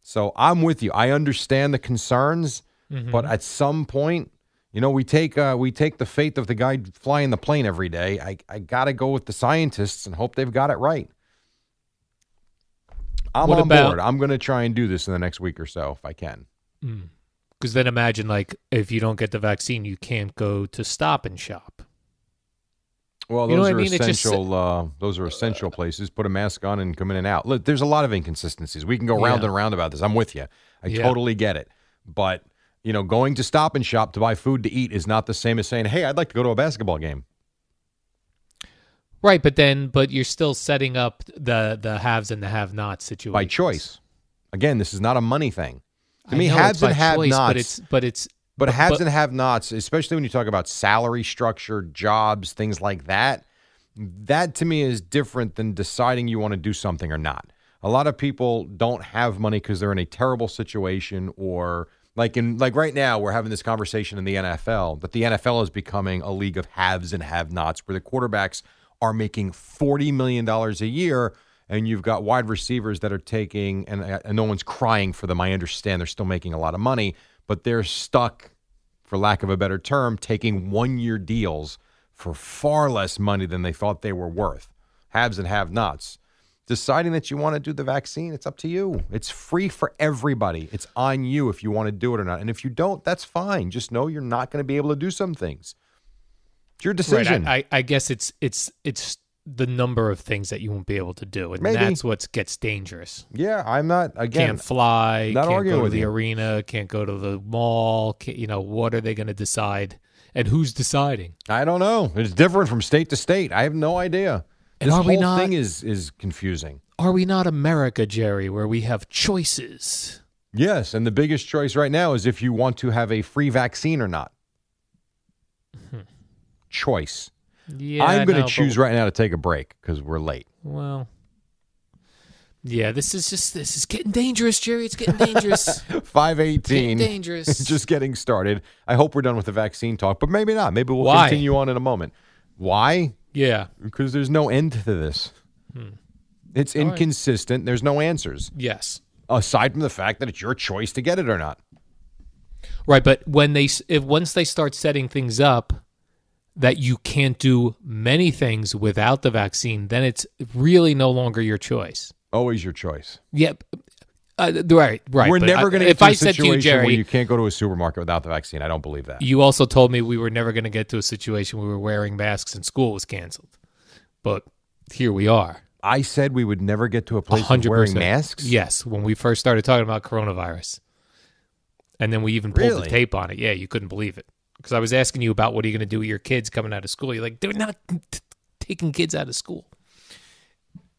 A: So I'm with you. I understand the concerns,
B: Mm-hmm.
A: but at some point, you know, we take uh, we take the faith of the guy flying the plane every day. I, I got to go with the scientists and hope they've got it right. I'm
B: What
A: on
B: about-
A: board. I'm going to try and do this in the next week or so if I can.
B: Because then imagine, like, if you don't get the vaccine, you can't go to Stop and Shop.
A: Well, those
B: You know what I
A: are
B: mean? It just-
A: essential. uh, those are essential places. Put a mask on and come in and out. Look, there's a lot of inconsistencies. We can go round
B: Yeah.
A: and round about this. I'm with you. I
B: Yeah.
A: totally get it. But you know, going to Stop and Shop to buy food to eat is not the same as saying, "Hey, I'd like to go to a basketball game."
B: Right, but then, but you're still setting up the the haves and the have-nots situation
A: by choice. Again, this is not a money thing. To
B: I
A: me,
B: know it's
A: haves
B: by
A: and have
B: choice,
A: nots.
B: but it's but it's
A: but haves
B: but-
A: and have nots, especially when you talk about salary structure, jobs, things like that, that to me is different than deciding you want to do something or not. A lot of people don't have money because they're in a terrible situation or like in like right now we're having this conversation in the NFL that the NFL is becoming a league of haves and have nots where the quarterbacks are making $40 million a year and you've got wide receivers that are taking and, and no one's crying for them. I understand they're still making a lot of money, but they're stuck for lack of a better term, taking one year deals for far less money than they thought they were worth. haves and have nots. Deciding that you want to do the vaccine, it's up to you. It's free for everybody. It's on you if you want to do it or not. And if you don't, that's fine. Just know you're not going to be able to do some things. It's your decision.
B: Right, I, I, I guess it's it's it's the number of things that you won't be able to do, and
A: Maybe.
B: that's what gets dangerous.
A: yeah, I'm not, again,
B: can't fly,
A: not
B: can't
A: arguing
B: go to
A: with
B: the
A: you.
B: arena, can't go to the mall. Can't, you know, what are they going to decide, and who's deciding?
A: I don't know. It's different from state to state. I have no idea.
B: And
A: this
B: are
A: whole
B: we not-
A: thing is is confusing.
B: Are we not America, Jerry, where we have choices?
A: Yes, and the biggest choice right now is if you want to have a free vaccine or not. Choice.
B: Hmm. Yeah,
A: I'm
B: no,
A: going to
B: but-
A: choose right now to take a break because we're late.
B: Well, yeah, this is just this is getting dangerous, Jerry. It's getting dangerous.
A: Five eighteen.
B: Getting dangerous.
A: Just getting started. I hope we're done with the vaccine talk, but maybe not. Maybe we'll
B: Why?
A: continue on in a moment. Why?
B: yeah,
A: Because there's no end to this. It's
B: Hmm. right.
A: inconsistent. There's no answers
B: yes.
A: aside from the fact that it's your choice to get it or not.
B: Right, but when they s- if once they start setting things up that you can't do many things without the vaccine, then it's really no longer your choice.
A: Always your choice.
B: Yep. Uh, right, right.
A: We're
B: but
A: never
B: I-
A: going to
B: If
A: get to
B: I
A: a
B: said to
A: situation
B: you, Jerry,
A: where you can't go to a supermarket without the vaccine. I don't believe that.
B: you also told me we were never going to get to a situation where we were wearing masks and school was canceled. But here we are.
A: I said we would never get to a place of
B: 100%.
A: wearing masks.
B: Yes, when we first started talking about coronavirus. And then we even pulled
A: Really?
B: the tape on it. Yeah, you couldn't believe it. Because I was asking you about what are you going to do with your kids coming out of school. You're like, they're not t- t- taking kids out of school.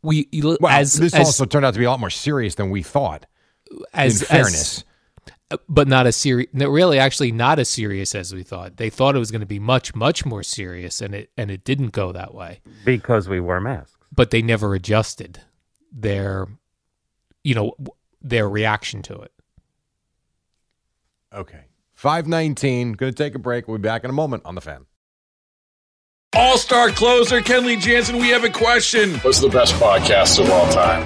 B: We you,
A: Well,
B: as
A: this
B: as,
A: also turned out to be a lot more serious than we thought.
B: as
A: in fairness,
B: as- but not as serious. No, really, actually, not as serious as we thought. They thought it was going to be much, much more serious, and it and it didn't go that way.
F: because we wear masks.
B: But they never adjusted their, you know, w- their reaction to it.
A: okay. Five nineteen. Going to take a break. We'll be back in a moment on the fan.
G: All star closer Kenley Jansen, we have a question. What's the best podcast of all time?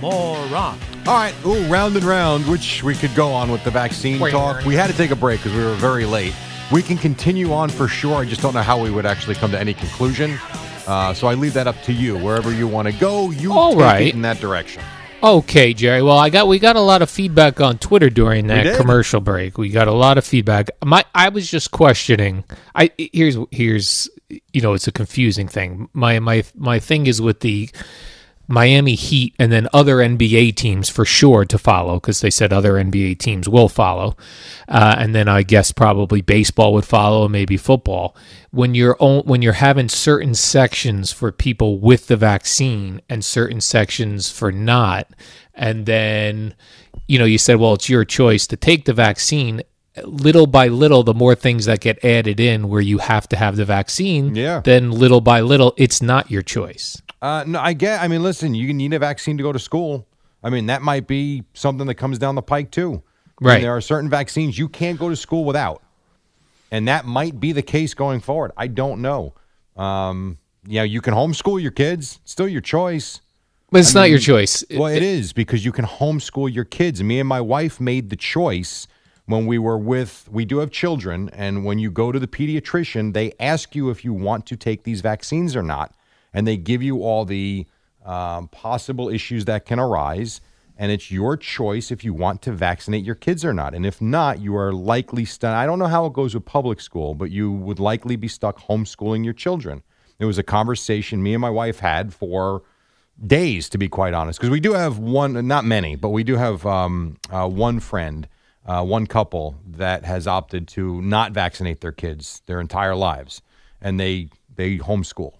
C: more rock.
A: All right, ooh, round and round, which we could go on with the vaccine
C: Wait.
A: talk. We had to take a break because we were very late. We can continue on for sure. I just don't know how we would actually come to any conclusion. Uh, so I leave that up to you. Wherever you want to go, you
B: All
A: take
B: right.
A: it in that direction.
B: Okay, Jerry. Well, I got we got a lot of feedback on Twitter during
A: did.
B: that commercial break. We got a lot of feedback. My I was just questioning. I here's here's you know, it's a confusing thing. My my my thing is with the Miami Heat and then other NBA teams for sure to follow because they said other NBA teams will follow. Uh, and then I guess probably baseball would follow and maybe football. When you're on, when you're having certain sections for people with the vaccine and certain sections for not, and then you know you said, well, it's your choice to take the vaccine. Little by little, the more things that get added in where you have to have the vaccine,
A: Yeah.
B: then little by little, it's not your choice.
A: Uh, no, I get. I mean, listen, you need a vaccine to go to school. I mean, that might be something that comes down the pike too. I mean,
B: Right.
A: there are certain vaccines you can't go to school without, and that might be the case going forward. I don't know. Um, you know, you can homeschool your kids; it's still your choice.
B: But it's
A: I
B: not your
A: mean,
B: choice.
A: Well, it is because you can homeschool your kids. Me and my wife made the choice when we were with, we do have children, and when you go to the pediatrician, they ask you if you want to take these vaccines or not, and they give you all the um, possible issues that can arise. And it's your choice if you want to vaccinate your kids or not. And if not, you are likely stuck. I don't know how it goes with public school, but you would likely be stuck homeschooling your children. It was a conversation me and my wife had for days, to be quite honest, because we do have one, not many, but we do have um, uh, one friend, uh, one couple that has opted to not vaccinate their kids their entire lives, and they they homeschool,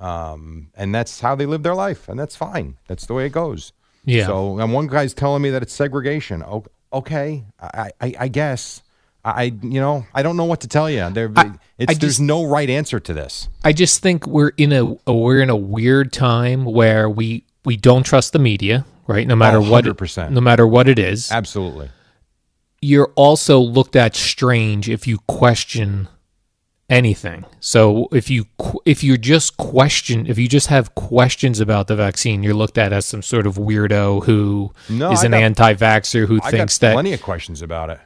A: um, and that's how they live their life, and that's fine. That's the way it goes.
B: Yeah.
A: So, and one guy's telling me that it's segregation. O- Okay, I I, I guess. I I- you know I don't know what to tell you. There, it's, there's no right answer to this.
B: I just think we're in a, a we're in a weird time where we we don't trust the media, right? No matter what, it,
A: 100%.
B: no matter what it is,
A: Absolutely.
B: you're also looked at strange if you question anything. So if you qu- if you just question, if you just have questions about the vaccine, you're looked at as some sort of weirdo who is
A: No, I
B: an
A: got-
B: anti-vaxxer who
A: I
B: thinks
A: got
B: that
A: plenty of questions about it.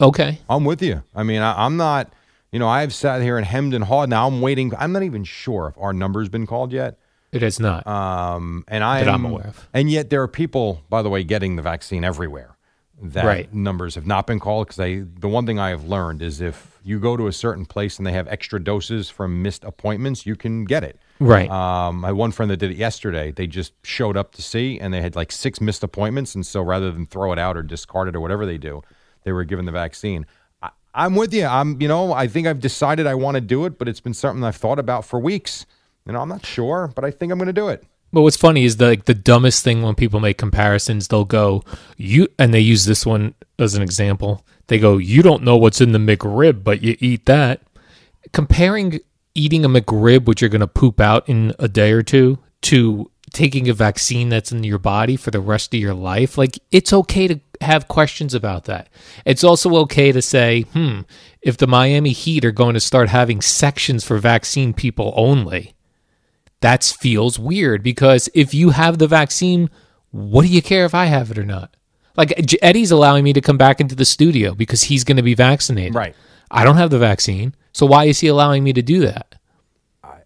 B: okay,
A: I'm with you. I mean, I, I'm not, you know, I have sat here and hemmed and hawed. Now I'm waiting. I'm not even sure if our number's been called yet.
B: it is not.
A: Um, and I
B: That I'm
A: am-
B: aware of.
A: And yet there are people, by the way, getting the vaccine everywhere. That
B: Right.
A: numbers have not been called because I. The one thing I have learned is if you go to a certain place and they have extra doses from missed appointments, you can get it.
B: Right.
A: Um, my one friend that did it yesterday, they just showed up to see and they had like six missed appointments. And so rather than throw it out or discard it or whatever they do, they were given the vaccine. I, I'm with you. I'm, you know, I think I've decided I want to do it, but it's been something I've thought about for weeks. You know, I'm not sure, but I think I'm going to do it.
B: But what's funny is the, like the dumbest thing when people make comparisons, they'll go you and they use this one as an example. They go, "You don't know what's in the McRib, but you eat that." Comparing eating a McRib, which you're going to poop out in a day or two, to taking a vaccine that's in your body for the rest of your life, like it's okay to have questions about that. It's also okay to say, "Hmm, if the Miami Heat are going to start having sections for vaccine people only." that feels weird because if you have the vaccine, what do you care if I have it or not? Like J- Eddie's allowing me to come back into the studio because he's going to be vaccinated.
A: Right.
B: I don't have the vaccine, so why is he allowing me to do that?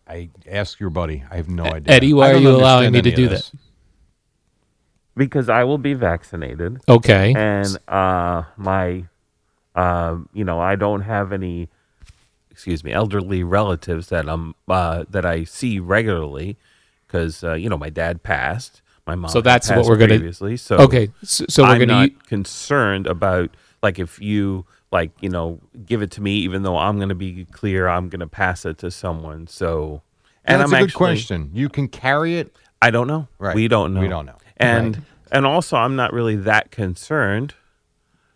A: I ask your buddy. I have no idea.
B: E-, Eddie, why
A: I
B: are
A: don't
B: you allowing
A: understand
B: me to
A: any of
B: do
A: this.
F: because I will be vaccinated.
B: Okay.
F: And uh, my, uh, you know, I don't have any, excuse me, elderly relatives that I'm uh, that I see regularly, because uh, you know my dad passed, my mom.
B: So
F: had
B: that's what
F: passed
B: we're gonna-
F: previously. So
B: Okay, so- so we're
F: I'm
B: gonna
F: not
B: u-
F: concerned about like if you like you know give it to me, even though I'm going to be clear, I'm going to pass it to someone. So and
A: That's
F: I'm
A: a good
F: actually-
A: question. You can carry it.
F: I don't know.
A: Right.
F: We don't know.
A: We don't know.
F: And and also I'm not really that concerned.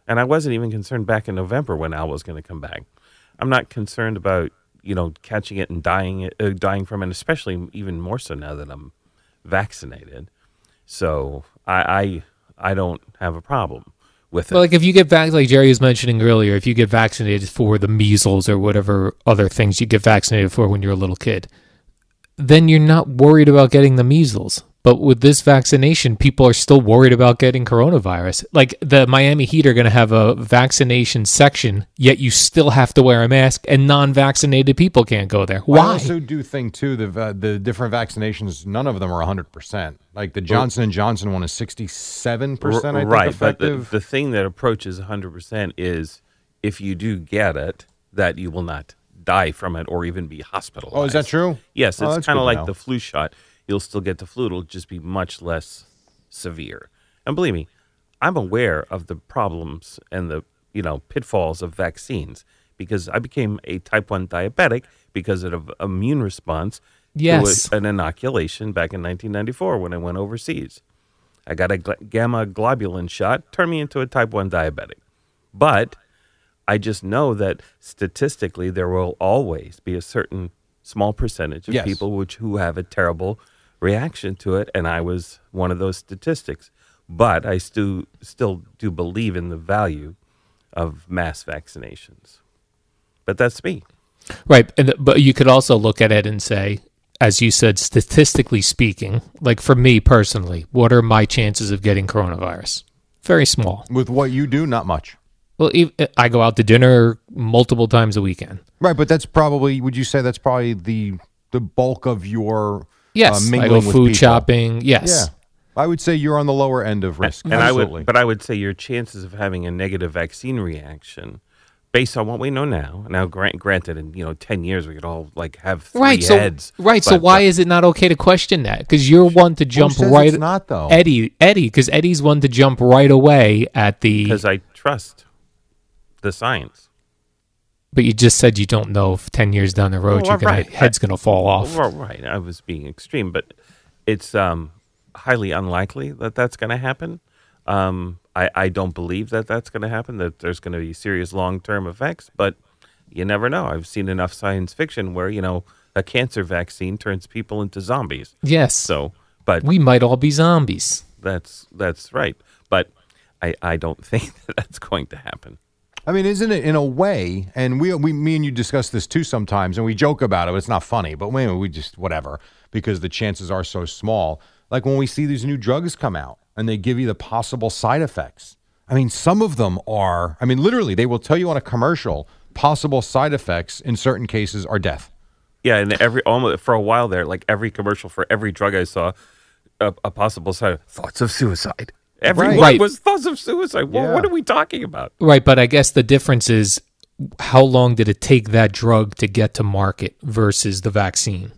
F: And I wasn't even concerned back in November when Al was going to come back. I'm not concerned about, you know, catching it and dying it, uh, dying from it, especially even more so now that I'm vaccinated. So, I I I don't have a problem with it.
B: Well, like if you get vac, like Jerry was mentioning earlier, if you get vaccinated for the measles or whatever other things you get vaccinated for when you're a little kid, then you're not worried about getting the measles. But with this vaccination, people are still worried about getting coronavirus. Like the Miami Heat are going to have a vaccination section, yet you still have to wear a mask, and non-vaccinated people can't go there.
A: I
B: Why?
A: also do think too the va- the different vaccinations. None of them are 100. percent Like the Johnson and Johnson one is 67 percent. I
F: Oh. R-
A: think
F: right,
A: effective.
F: but the, the thing that approaches 100% is if you do get it, that you will not die from it or even be hospitalized.
A: Oh, is that true?
F: Yes,
A: Oh,
F: it's
A: that's
F: kind
A: good to
F: of like
A: know.
F: the flu shot. You'll still get the flu, it'll just be much less severe. And believe me, I'm aware of the problems and the, you know, pitfalls of vaccines because I became a type 1 diabetic because of an immune response
B: Yes.
F: to a- an inoculation back in 1994 when I went overseas. I got a gl- gamma globulin shot, turned me into a type 1 diabetic. But I just know that statistically, there will always be a certain small percentage of
A: Yes.
F: people which who have a terrible reaction to it, and I was one of those statistics. But I still still do believe in the value of mass vaccinations. But that's me.
B: Right, and th- but you could also look at it and say, as you said, statistically speaking, like for me personally, what are my chances of getting coronavirus? Very small.
A: With what you do, not much.
B: Well, ev- I go out to dinner multiple times a weekend.
A: Right, but that's probably. Would you say that's probably the the bulk of your
B: Yes,
A: uh,
B: I
A: mingling
B: go
A: with
B: food
A: people?
B: shopping. Yes,
A: Yeah, I would say you're on the lower end of risk.
F: And I
A: Absolutely.
F: would, but I would say your chances of having a negative vaccine reaction, based on what we know now. Now, grant, granted, in you know ten years we could all like have three
B: right. So
F: heads.
B: right. So
F: but-
B: why is it not okay to question that? Because you're one to jump
F: says
B: right.
F: it's not, though?
B: Eddie. Eddie, because Eddie's one to jump right away at the.
F: Because I trust the science.
B: But you just said you don't know if ten years down the road
F: Well,
B: your gonna,
F: right.
B: head's going to fall off.
F: Well, right. I was being extreme, but it's um, highly unlikely that that's going to happen. Um, I, I don't believe that that's going to happen, that there's going to be serious long term effects, but you never know. I've seen enough science fiction where, you know, a cancer vaccine turns people into zombies.
B: Yes.
F: So But
B: we might all be zombies.
F: That's that's right. But I, I don't think that that's going to happen.
A: I mean, isn't it in a way? And we, we, me and you discuss this too sometimes, and we joke about it. But it's not funny, but we, we just whatever because the chances are so small. Like when we see these new drugs come out and they give you the possible side effects. I mean, some of them are. I mean, literally, they will tell you on a commercial possible side effects in certain cases are death.
F: Yeah, and every almost for a while there, like every commercial for every drug I saw, a, a possible side thoughts of suicide. Everyone
B: Right.
F: was thoughts of suicide. Wha- What are we talking about?
B: Right, but I guess the difference is how long did it take that drug to get to market versus the vaccine?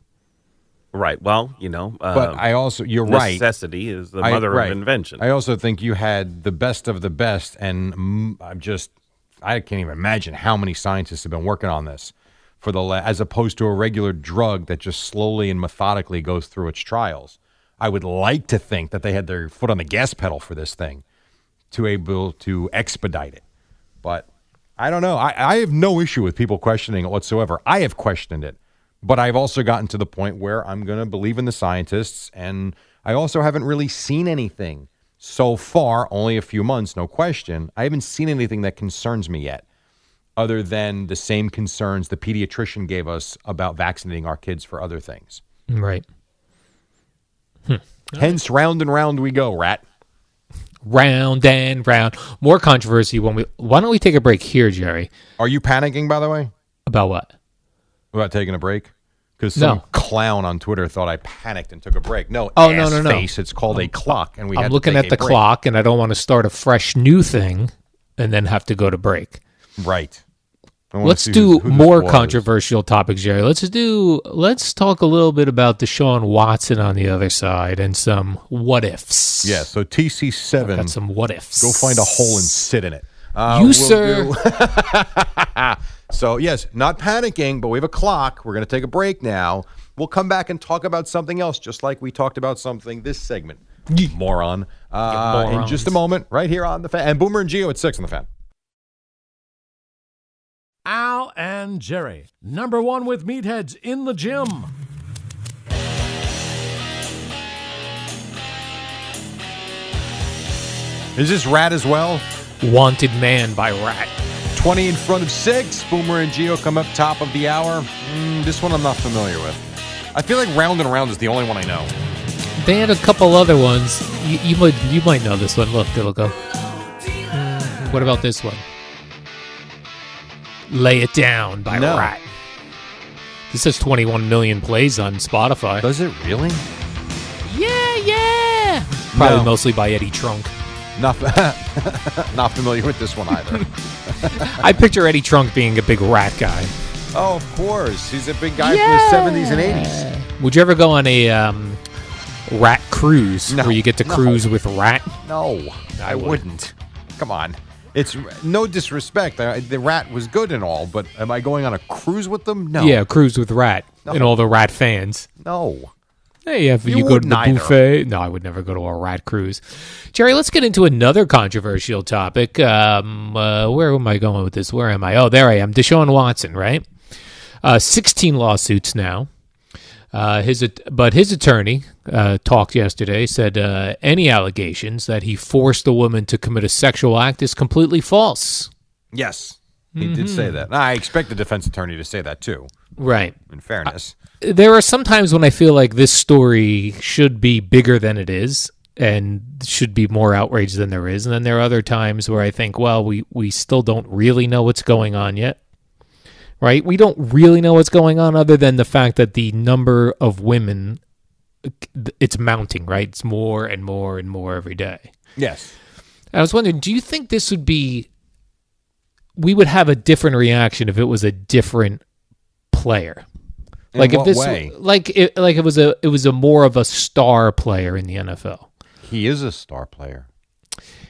F: Right. Well, you know,
A: But
F: um,
A: I also, you're right.
F: Necessity is the
A: I-
F: mother
A: right.
F: of invention.
A: I also think you had the best of the best, and mm, I'm just, I can't even imagine how many scientists have been working on this for the la- as opposed to a regular drug that just slowly and methodically goes through its trials. I would like to think that they had their foot on the gas pedal for this thing to able to expedite it, but I don't know. I, I have no issue with people questioning it whatsoever. I have questioned it, but I've also gotten to the point where I'm going to believe in the scientists. And I also haven't really seen anything so far, only a few months, no question. I haven't seen anything that concerns me yet, other than the same concerns the pediatrician gave us about vaccinating our kids for other things.
B: Right.
A: Hence, round and round we go, rat.
B: Round and round. More controversy when we. Why don't we take a break here, Jerry?
A: Are you panicking, by the way?
B: About what?
A: About taking a break? Because some
B: No.
A: clown on Twitter thought I panicked and took a break. No,
B: Oh, no,
A: ass
B: no, no.
A: face. It's called a clock, and we. had
B: I'm
A: to
B: looking at
A: take a
B: the
A: break.
B: clock, and I don't want to start a fresh new thing and then have to go to break.
A: Right. I wanna
B: Let's
A: see
B: do
A: who- who this
B: more
A: was.
B: controversial topics, Jerry. Let's do. Let's talk a little bit about Deshaun Watson on the other side and some what ifs.
A: Yeah. So TC seven.
B: Got Oh, some what ifs.
A: Go find a hole and sit in it. Uh,
B: You,
A: we'll
B: sir.
A: do- so yes, not panicking, but we have a clock. We're going to take a break now. We'll come back and talk about something else, just like we talked about something this segment. Moron. Uh, in just a moment, right here on the fan. And Boomer and Geo at six on the fan.
C: Al and Jerry, number one with meatheads in the gym.
A: Is this Rat as well?
B: Wanted Man by Rat.
A: 20 in front of six. Boomer and Geo come up top of the hour. Mm, this one I'm not familiar with. I feel like Round and Round is the only one I know.
B: They had a couple other ones. You, you might you might know this one. Look, it'll go. Mm, What about this one? Lay it down by
A: No.
B: Rat. This has 21 million plays on Spotify.
A: Does it really?
B: Yeah, yeah. Probably
A: No.
B: mostly by Eddie Trunk.
A: Not, not familiar with this one either.
B: I picture Eddie Trunk being a big rat guy.
A: oh, of course. He's a big guy from the 70s and 80s.
B: Would you ever go on a um, rat cruise where you get to
A: no.
B: cruise with rat?
A: No, I, wouldn't. Come on. It's no disrespect. I, the rat was good and all, but am I going on a cruise with them? No.
B: Yeah, cruise with rat
A: No.
B: and all the rat fans.
A: No.
B: Hey, if
A: You
B: you, go to
A: wouldn't
B: the
A: either.
B: buffet, no, I would never go to a rat cruise. Jerry, let's get into another controversial topic. Um, uh, where am I going with this? Where am I? Oh, there I am. Deshaun Watson, right? Uh, Sixteen lawsuits now. Uh, his at- but his attorney uh, talked yesterday. Said uh, any allegations that he forced a woman to commit a sexual act is completely false.
A: Yes. He did say
B: Mm-hmm.
A: that. And I expect the defense attorney to say that too,
B: Right.
A: in fairness.
B: there are some times when I feel like this story should be bigger than it is and should be more outrage than there is. And then there are other times where I think, well, we, we still don't really know what's going on yet. Right? We don't really know what's going on other than the fact that the number of women it's mounting, right? It's more and more and more every day.
A: yes.
B: I was wondering, do you think this would be we would have a different reaction if it was a different player?
A: In
B: like
A: what
B: if this
A: way?
B: like it like it was a it was a more of a star player in the NFL.
A: He is a star player.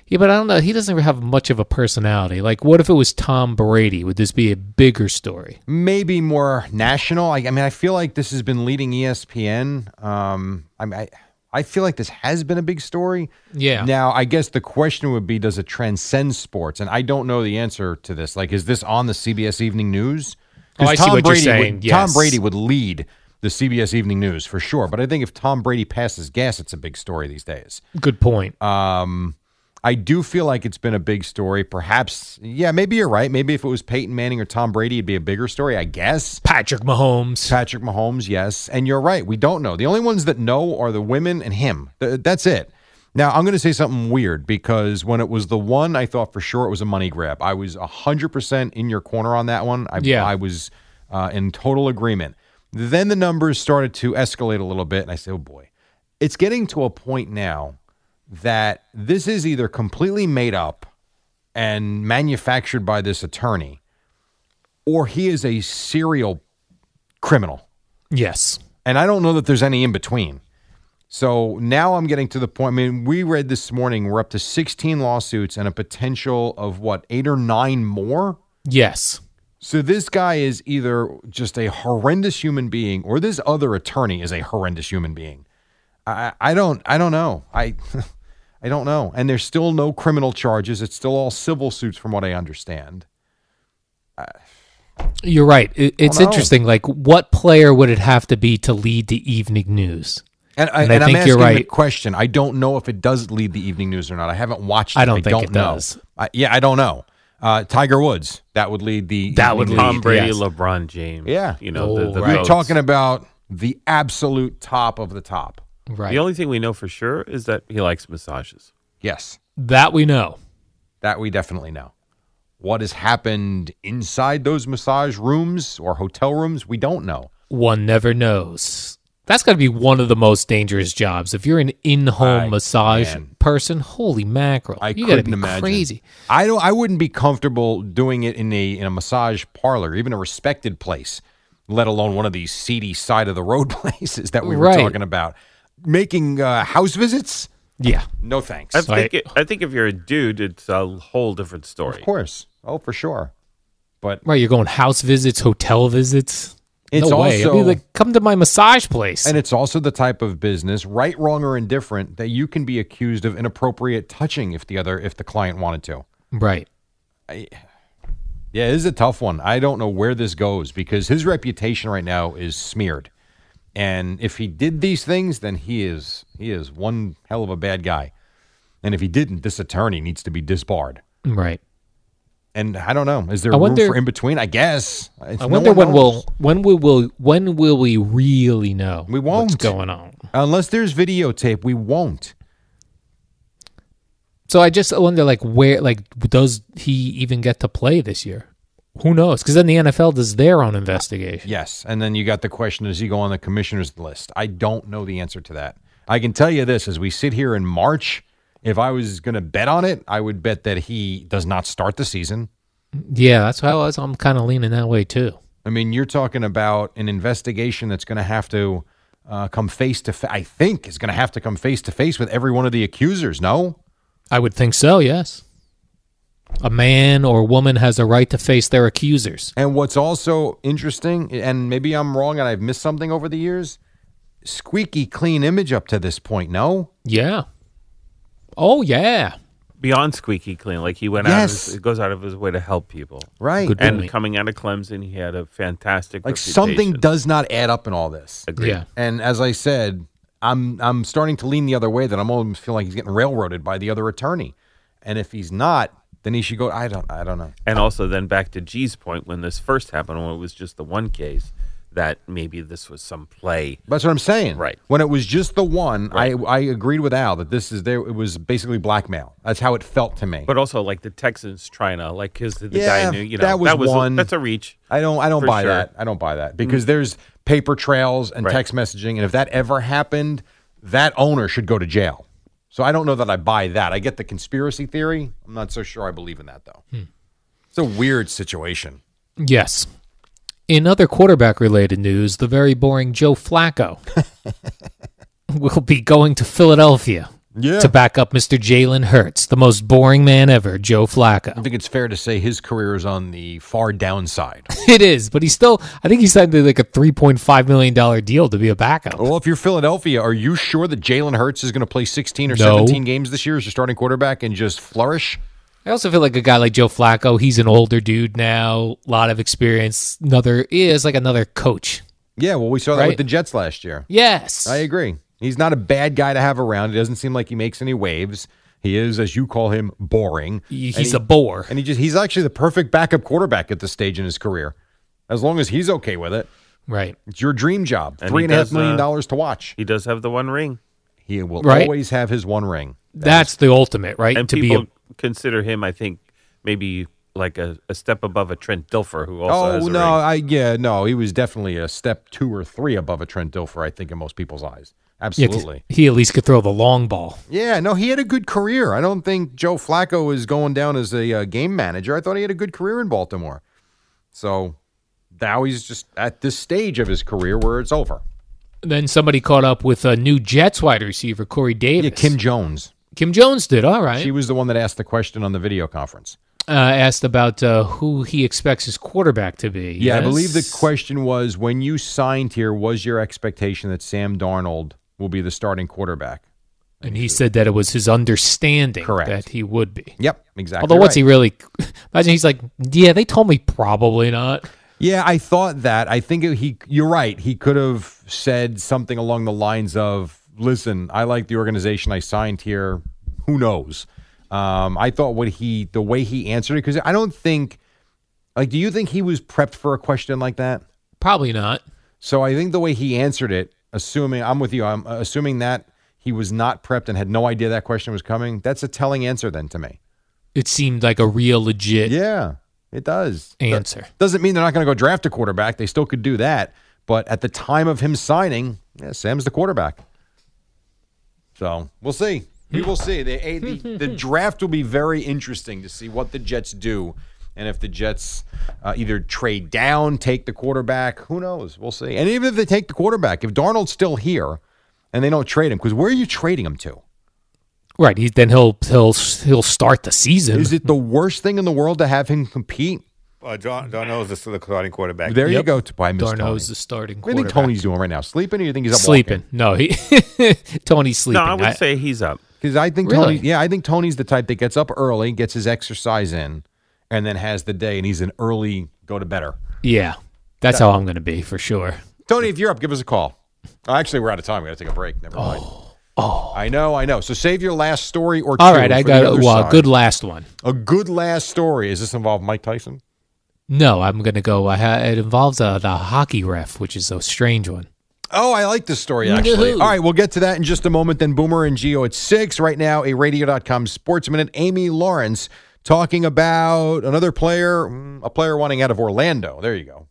B: Yeah, but I don't know, he doesn't have much of a personality. Like what if it was Tom Brady? Would this be a bigger story?
A: maybe more national. I, I mean, I feel like this has been leading E ESPN. Um, I, mean, I I feel like this has been a big story.
B: Yeah.
A: Now, I guess the question would be, does it transcend sports? And I don't know the answer to this. Like, is this on the CBS Evening News? 'Cause
B: Oh, I see
A: Tom
B: what you're
A: Brady
B: saying.
A: Would,
B: Yes.
A: Tom Brady would lead. the CBS Evening News for sure. But I think if Tom Brady passes gas, it's a big story these days.
B: Good point.
A: Um, I do feel like it's been a big story. Perhaps, yeah, maybe you're right. Maybe if it was Peyton Manning or Tom Brady, it'd be a bigger story, I guess.
B: Patrick Mahomes.
A: Patrick Mahomes, yes. And you're right. We don't know. The only ones that know are the women and him. Th- that's it. Now, I'm going to say something weird because when it was the one, I thought for sure it was a money grab. I was 100% in your corner on that one. I,
B: Yeah.
A: I was uh, in total agreement. Then the numbers started to escalate a little bit, and I said, oh boy. It's getting to a point now that this is either completely made up and manufactured by this attorney, or he is a serial criminal.
B: Yes.
A: And I don't know that there's any in between. So now I'm getting to the point. I mean, we read this morning we're up to 16 lawsuits and a potential of what, eight or nine more?
B: Yes.
A: So this guy is either just a horrendous human being or this other attorney is a horrendous human being. I, I I don't I don't know. I I don't know. And there's still no criminal charges. It's still all civil suits from what I understand.
B: You're right. It, it's
A: know.
B: interesting. Like, what player would it have to be to lead the evening news?
A: And, I, and, I am asking the question. I don't know if it does lead the evening news or not. I haven't watched. It.
B: I don't think it
A: know.
B: does.
A: I, yeah, I don't know. Uh, Tiger Woods that would lead the
B: That would
A: evening
B: lead,
A: news.
F: Tom Brady,
B: yes.
F: LeBron James.
A: Yeah.
F: You know, the,
B: Oh,
F: the
B: right.
A: You're
F: votes.
A: talking about the absolute top of the top.
B: Right.
F: The only thing we know for sure is that he likes massages.
A: Yes,
B: that we know.
A: that we definitely know. What has happened inside those massage rooms or hotel rooms, we don't know.
B: One never knows. That's got to be one of the most dangerous jobs. If you're an in-home
A: I-
B: massage
A: man.
B: person, holy mackerel!
A: I
B: you gotta
A: couldn't
B: be
A: imagine.
B: Crazy.
A: I don't. I wouldn't be comfortable doing it in a in a massage parlor, even a respected place, let alone one of these seedy side of the road places that we were
B: Right.
A: talking about. Making uh, house visits?
B: Yeah.
A: No thanks.
F: I
B: So I-
F: think, it, I think if you're a dude, it's a whole different story.
A: Of course. Oh, for sure. But
B: Right. You're going house visits, hotel visits.
A: It's
B: no way. I'd be
A: also-
B: like, come to my massage place.
A: and it's also the type of business, right, wrong, or indifferent, that you can be accused of inappropriate touching if the other if the client wanted to.
B: right.
A: Yeah, this is a tough one. I don't know where this goes because his reputation right now is smeared. And if he did these things, then he is he is one hell of a bad guy. And if he didn't, this attorney needs to be disbarred.
B: Right.
A: And I don't know. Is there
B: I
A: room
B: wonder-
A: for in between? I guess. It's-
B: I
A: no
B: wonder
A: one
B: when
A: knows.
B: we'll when we will when will we really know
A: We won't.
B: what's going on.
A: unless there's videotape. We won't.
B: So I just wonder, like, where, like, does he even get to play this year? Who knows? Because then the NFL does their own investigation.
A: Yes. And then you got the question: Does he go on the commissioner's list? I don't know the answer to that. I can tell you this: as we sit here in March, if I was going to bet on it, I would bet that he does not start the season.
B: Yeah, that's how I was, I'm kind of leaning that way too.
A: I mean, you're talking about an investigation that's going to have to uh, come face to face. I think is going to have to come face to face with every one of the accusers. No,
B: I would think so. Yes, a man or woman has a right to face their accusers.
A: and what's also interesting, and maybe I'm wrong, and I've missed something over the years. Squeaky clean image up to this point. No,
B: Yeah. Oh yeah.
F: Beyond squeaky clean, like he went out, of
A: Yes.
F: his, goes out of his way to help people.
A: right?
B: Good
F: And
B: point.
F: coming out of Clemson, he had a fantastic
A: Like something
F: reputation.
A: does not add up in all this.
F: Agreed.
B: Yeah.
A: And as I said, I'm I'm starting to lean the other way. That I'm almost feeling like he's getting railroaded by the other attorney. And if he's not, then he should go. I don't. I don't know.
F: And also, then back to G's point when this first happened, when it was just the one case, that maybe this was some play.
A: That's what I'm saying.
F: Right.
A: When it was just the one, I I agreed with Al that this is there. It was basically blackmail. That's how it felt to me.
F: But also, like the Texans trying to, like, because the
A: Yeah,
F: guy knew, you know,
A: that was one.
F: that's a reach.
A: I don't I don't
F: For
A: buy
F: sure. Mm.
A: that. I don't buy that because there's paper trails and
F: Right.
A: text messaging, and if that ever happened, that owner should go to jail. So I don't know that I buy that. I get the conspiracy theory. I'm not so sure I believe in that though.
F: Hmm.
A: It's a weird situation.
B: Yes. In other quarterback related news, the very boring Joe Flacco will be going to Philadelphia
A: Yeah.
B: to back up Mr. Jalen Hurts, the most boring man ever, Joe
A: I
B: Flacco.
A: think it's fair to say his career is on the far downside.
B: It is, but he's still, I think he signed like a $3.5 million deal to be a backup.
A: well, if you're Philadelphia, are you sure that Jalen Hurts is going to play 16 or
B: No.
A: 17 games this year as your starting quarterback and just flourish?
B: I also feel like a guy like Joe Flacco, he's an older dude now, lot of experience. Another, he is like another coach.
A: Yeah, well, we saw that
B: Right.
A: with the Jets last year.
B: Yes.
A: I agree. He's not a bad guy to have around. He doesn't seem like he makes any waves. He is, as you call him, boring.
B: he's
A: And he-
B: a bore.
A: And he just he's actually the perfect backup quarterback at this stage in his career. As long as he's okay with it.
B: Right.
A: It's your dream job.
F: And he
A: Three and a half
F: does,
A: million
F: uh,
A: dollars to watch.
F: He does have the one ring.
A: He will
B: Right.
A: always have his one ring.
B: That's the ultimate, right?
F: And
B: to be
F: people
B: a
F: consider him, I think, maybe like a, a step above a Trent Dilfer, who also has
A: oh
F: a
A: no,
F: ring.
A: I yeah, no, he was definitely a step two or three above a Trent Dilfer, I think, in most people's eyes.
B: yeah, 'cause
A: Absolutely.
B: he at least could throw the long ball.
A: Yeah, no, he had a good career. I don't think Joe Flacco is going down as a uh, game manager. I thought he had a good career in Baltimore. So now he's just at this stage of his career where it's over.
B: Then somebody caught up with a new Jets wide receiver, Corey Davis.
A: Kim Jones.
B: Kim Jones did all right.
A: She was the one that asked the question on the video conference.
B: uh, asked about uh, who he expects his quarterback to be.
A: Yeah, I believe
B: Yes.
A: the question was when you signed here, was your expectation that Sam Darnold will be the starting quarterback?
B: And he said that it was his understanding
A: Correct.
B: that he would be.
A: Yep, exactly.
B: Although, what's
A: right.
B: he really? Imagine he's like, yeah, they told me probably not.
A: Yeah, I thought that. I think he. You're right. He could have said something along the lines of, "Listen, I like the organization I signed here. Who knows?" Um, I thought what he, the way he answered it, because I don't think, like, do you think he was prepped for a question like that?
B: Probably not.
A: So I think the way he answered it, assuming I'm with you, I'm uh, assuming that he was not prepped and had no idea that question was coming. That's a telling answer then to me.
B: It seemed like a real legit
A: Yeah, it does.
B: answer.
A: Doesn't mean they're not going to go draft a quarterback. They still could do that. But at the time of him signing, yeah, Sam's the quarterback. So we'll see. We will see. The, a, the, the draft will be very interesting to see what the Jets do. And if the Jets uh, either trade down, take the quarterback, who knows? We'll see. And even if they take the quarterback, if Darnold's still here and they don't trade him, because where are you trading him to?
B: Right. He, then he'll he'll he'll start the season.
A: Is it the worst thing in the world to have him compete?
H: Uh, John, John knows this is the starting quarterback.
A: There you go. To buy Miss
B: Darno's
A: Tony.
B: the starting
A: What do you think
B: quarterback.
A: Tony's doing right now? Sleeping, or you think he's up
B: sleeping. No, he Tony's sleeping.
F: No, I would say he's up.
A: Because I think
B: Really?
A: Tony, yeah, I think Tony's the type that gets up early, gets his exercise in, and then has the day, and he's an early go to better.
B: yeah, that's
A: That-
B: how I'm going to be for sure.
A: Tony, if you're up, give us a call. Oh, actually, we're out of time. We got to take a break. Never mind.
B: Oh,
A: I know, I know. So save your last story or two.
B: All right, I
A: for
B: got
A: the other
B: well,
A: side.
B: good last one.
A: A good last story. Is this involve Mike Tyson?
B: No, I'm going to go. I ha- it involves uh, the hockey ref, which is a strange one.
A: Oh, I like this story actually.
B: Yahoo.
A: All right, we'll get to that in just a moment. Then Boomer and Geo at six. Right now, a radio.com sports minute. Amy Lawrence talking about another player, mm, a player wanting out of Orlando. There you go.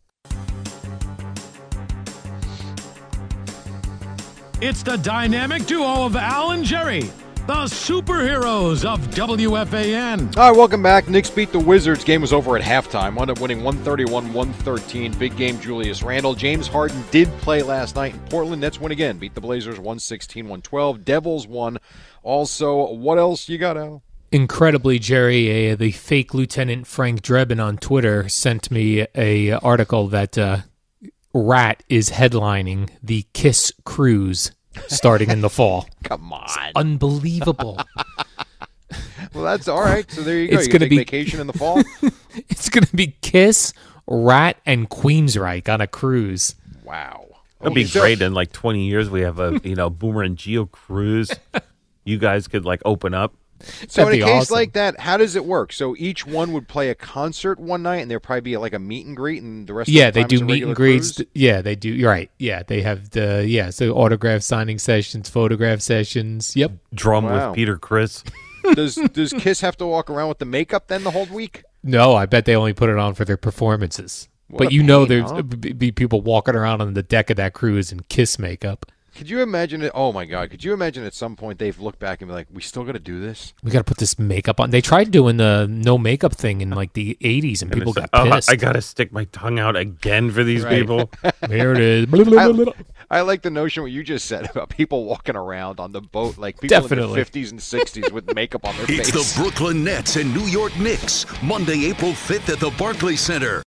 C: It's the dynamic duo of Al and Jerry, the superheroes of WFAN.
A: All right, welcome back. Knicks beat the Wizards. Game was over at halftime. Wound up winning 131 113. Big game, Julius Randle. James Harden did play last night in Portland. Nets win again. Beat the Blazers 116 112. Devils won. Also, what else you got, Al?
B: Incredibly, Jerry, uh, the fake Lieutenant Frank Drebin on Twitter sent me a article that uh, Rat is headlining the Kiss Cruise starting in the fall.
A: Come on.
B: Unbelievable.
A: Well, that's all right. So there you go.
B: It's
A: you
B: gonna
A: take
B: be-
A: vacation in the fall.
B: it's going to be Kiss, Rat, and Queensryche on a cruise.
A: Wow.
F: That'd be
A: Okay, so-
F: great. In like 20 years, we have a you know Boomer and Geo cruise. you guys could like open up.
A: So in a case like that, how does it work? So each one would play a concert one night, and there'd probably be like a meet and greet, and the rest.
B: yeah,
A: of the
B: they
A: time it's
B: do
A: a
B: meet
A: regular
B: and greets.
A: cruise?
B: Th- Yeah, they do. You're right. Yeah, they have the yeah, so autograph signing sessions, photograph sessions. Yep.
F: drum
A: Wow.
F: with Peter Chris.
A: does does Kiss have to walk around with the makeup then the whole week?
B: No, I bet they only put it on for their performances.
A: What
B: but
A: a
B: you know,
A: pain,
B: there's uh,
A: huh?
B: b- be people walking around on the deck of that cruise in kiss makeup.
A: Could you imagine it? Oh my God! Could you imagine at some point they've looked back and be like, "We still got to do this."
B: We got to put this makeup on. They tried doing the no makeup thing in like the 80s, and,
F: And
B: people
F: it's
B: got
F: like, "Oh,
B: pissed.
F: I gotta stick my tongue out again for these
B: Right.
F: people.
B: Here it is.
A: I, I like the notion what you just said about people walking around on the boat, like people in
B: Definitely.
A: their fifties and sixties with makeup on their
I: It's
A: face.
I: the Brooklyn Nets and New York Knicks, Monday, April 5th at the Barclays Center.